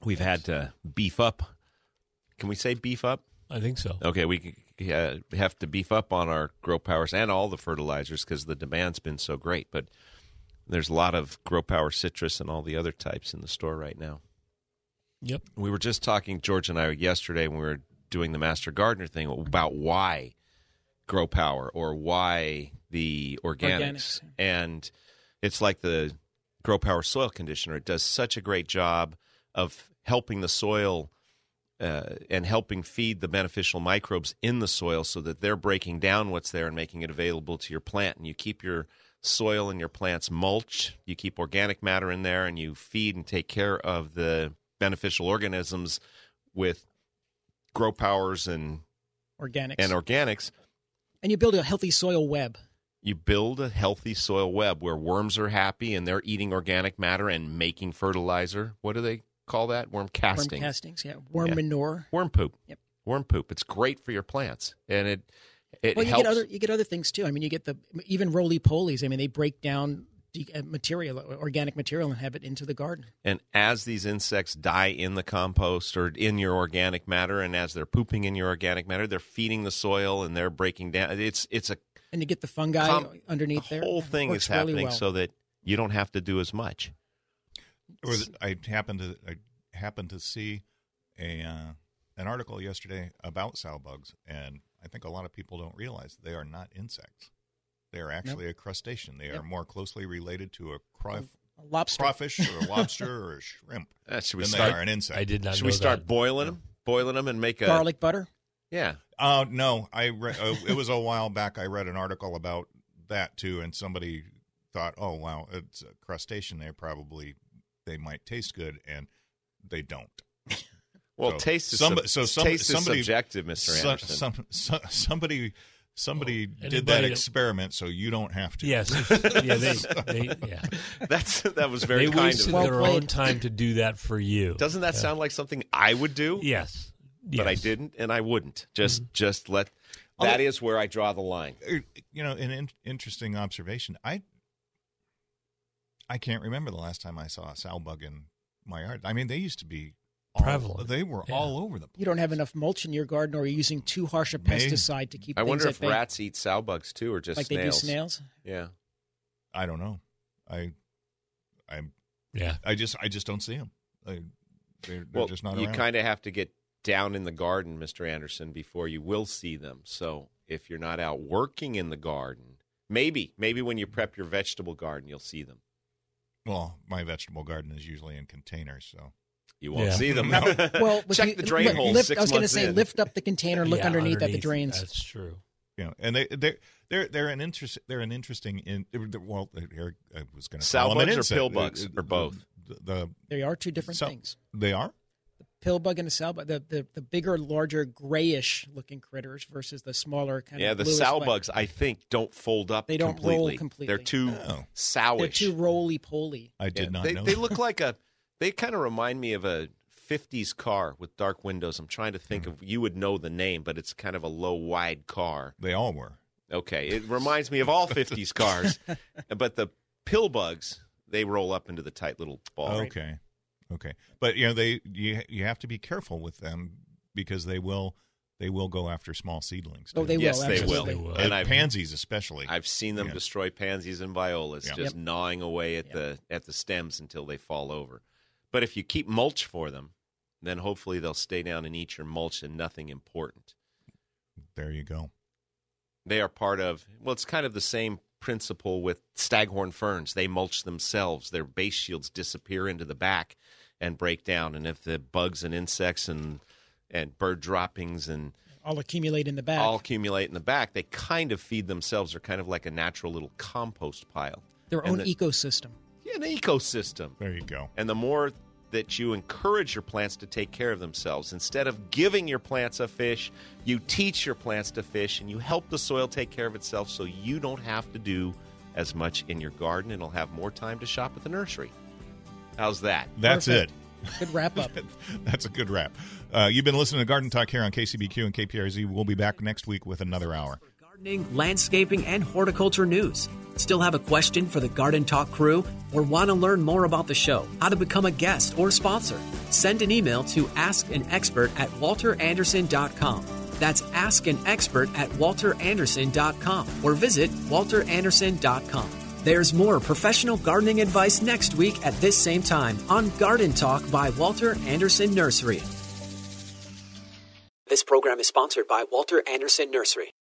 S3: we've had to beef up can we say beef up
S5: I think so.
S3: Okay, we uh, have to beef up on our grow powers and all the fertilizers because the demand's been so great. But there's a lot of grow power citrus and all the other types in the store right now.
S5: Yep.
S3: We were just talking, George and I, yesterday when we were doing the Master Gardener thing about why grow power or why the organics.
S4: Organics.
S3: And it's like the grow power soil conditioner. It does such a great job of helping the soil uh, and helping feed the beneficial microbes in the soil so that they're breaking down what's there and making it available to your plant. And you keep your soil and your plants mulch, you keep organic matter in there, and you feed and take care of the beneficial organisms with grow powers and,
S4: Organics.
S3: and organics.
S4: and you build a healthy soil web.
S3: You build a healthy soil web where worms are happy and they're eating organic matter and making fertilizer. What do they call that? Worm casting.
S4: Worm castings, yeah. Worm
S3: Yeah.
S4: manure.
S3: Worm poop.
S4: Yep.
S3: Worm poop. It's great for your plants, and it it
S4: well, you
S3: helps.
S4: get other you get other things too. I mean, you get the even roly polies. I mean, they break down de- uh, material, organic material, and have it into the garden.
S3: and as these insects die in the compost or in your organic matter, and as they're pooping in your organic matter, they're feeding the soil and they're breaking down. It's it's a
S4: And you get the fungi
S3: Com- the
S4: underneath there.
S3: whole thing is
S4: Works really
S3: happening
S4: well.
S3: so that you don't have to do as much.
S2: Or th- I happened to I happened to see a uh, an article yesterday about sow bugs, and I think a lot of people don't realize they are not insects. They are actually a crustacean. They are
S4: Yep.
S2: more closely related to a craw-
S4: A lobster.
S2: crawfish or a lobster or a shrimp
S3: Uh, should we
S2: than they are
S3: start?
S2: an insect.
S5: I did not.
S3: Should
S5: know
S3: we start
S5: that.
S3: boiling them? Boiling them and make a
S4: Garlic butter.
S3: Yeah,
S2: Uh, no, I re- uh, it was a while back. I read an article about that too, and somebody thought, "Oh wow, it's a crustacean. They probably they might taste good, and they don't."
S3: Well,
S2: So
S3: taste is
S2: some-
S3: sub-
S2: so some-
S3: taste
S2: somebody-
S3: is subjective, Mister
S2: So-
S3: Anderson.
S2: some, so- somebody somebody
S5: Well,
S2: did that
S5: anybody-
S2: experiment, so you don't have to.
S5: Yes. yeah. They. they yeah.
S3: That's that was very
S5: they
S3: kind of
S5: wasted
S3: them.
S5: their
S4: Well
S5: own
S4: played.
S5: time to do that for you.
S3: Doesn't that
S5: Yeah.
S3: sound like something I would do?
S5: Yes. yes.
S3: But I didn't, and I wouldn't. Just
S4: Mm-hmm.
S3: just let. That is where I draw the line.
S2: Er, You know, an in- interesting observation. I I can't remember the last time I saw a sow bug in my yard. I mean, they used to be all,
S5: Prevalent.
S2: They were
S5: Yeah.
S2: all over the place.
S4: You don't have enough mulch in your garden, or you're using too harsh a
S2: Maybe.
S4: pesticide to keep
S3: I
S4: things
S3: wonder
S4: at
S3: if
S4: bay,
S3: rats eat sow bugs too, or just
S4: like they do
S3: snails.
S4: snails.
S3: Yeah.
S2: I don't know. I I
S5: Yeah.
S2: I just I just don't see them. I, they're they're
S3: well,
S2: just not
S3: you
S2: around.
S3: kind of have to get down in the garden, Mister Anderson, before you will see them. So if you're not out working in the garden, maybe maybe when you prep your vegetable garden, you'll see them.
S2: well, my vegetable garden is usually in containers, so
S3: You won't
S5: Yeah.
S3: see them.
S2: No.
S4: Well, with
S3: check
S4: you-
S3: the drain
S4: lift-
S3: hole.
S4: lift-
S3: six
S4: I was gonna
S3: months
S4: say,
S3: in.
S4: lift up the container, look
S5: Yeah,
S4: underneath, at the drains.
S5: That's true.
S2: You know, and they they they're they're an interest they're an interesting in well Eric I was going to
S3: Sow
S2: call them an
S3: bugs or
S2: insect. Uh,
S3: pill bugs, or both?
S2: the, the-
S4: They are two different
S2: so-
S4: things.
S2: they are
S4: pill bug and a sow bug, the, the, the bigger, larger, grayish looking critters versus the smaller kind
S3: yeah,
S4: of
S3: the
S4: bluish
S3: sow
S4: white.
S3: bugs, I think, don't fold up
S4: They don't roll
S3: completely.
S4: completely.
S3: They're too
S2: Oh.
S3: sowish.
S4: They're too roly poly.
S2: I did
S3: Yeah,
S2: not
S3: they,
S2: know
S3: They
S2: that.
S3: look like a. They kind of remind me of a '50s car with dark windows. I'm trying to think
S2: Hmm.
S3: of. You would know the name, but it's kind of a low wide car.
S2: they all were
S3: Okay, it reminds me of all '50s cars, but the pill bugs they roll up into the tight little ball.
S2: okay okay but you know they you you have to be careful with them because they will they will go after small seedlings
S4: Oh,
S2: too.
S4: they
S3: Yes,
S4: will.
S3: they
S4: absolutely.
S5: will.
S2: Uh,
S3: And I've-
S2: pansies especially
S3: I've seen them
S2: Yeah.
S3: destroy pansies and violas,
S2: Yeah.
S3: just gnawing away at the at the stems until they fall over. But if you keep mulch for them, then hopefully they'll stay down and eat your mulch and nothing important.
S2: there you go
S3: They are part of well, it's kind of the same principle with staghorn ferns. They mulch themselves. Their base shields disappear into the back and break down. And if the bugs and insects and and bird droppings and
S4: All accumulate in the back.
S3: all accumulate in the back, they kind of feed themselves. They're kind of like a natural little compost pile.
S4: Their
S3: and
S4: own
S3: the-
S4: e- ecosystem.
S3: Yeah, an ecosystem.
S2: there you go
S3: And the more that you encourage your plants to take care of themselves, instead of giving your plants a fish, you teach your plants to fish and you help the soil take care of itself so you don't have to do as much in your garden and will have more time to shop at the nursery. How's that?
S2: that's
S4: Perfect.
S2: it
S4: Good wrap up.
S2: That's a good wrap. Uh, you've been listening to Garden Talk here on KCBQ and KPRZ. We'll be back next week with another hour.
S1: gardening, landscaping, and horticulture news. Still have a question for the Garden Talk crew or want to learn more about the show, how to become a guest or sponsor? Send an email to askanexpert at walteranderson.com. That's askanexpert at walteranderson.com or visit walteranderson.com. There's more professional gardening advice next week at this same time on Garden Talk by Walter Anderson Nursery. This program is sponsored by Walter Anderson Nursery.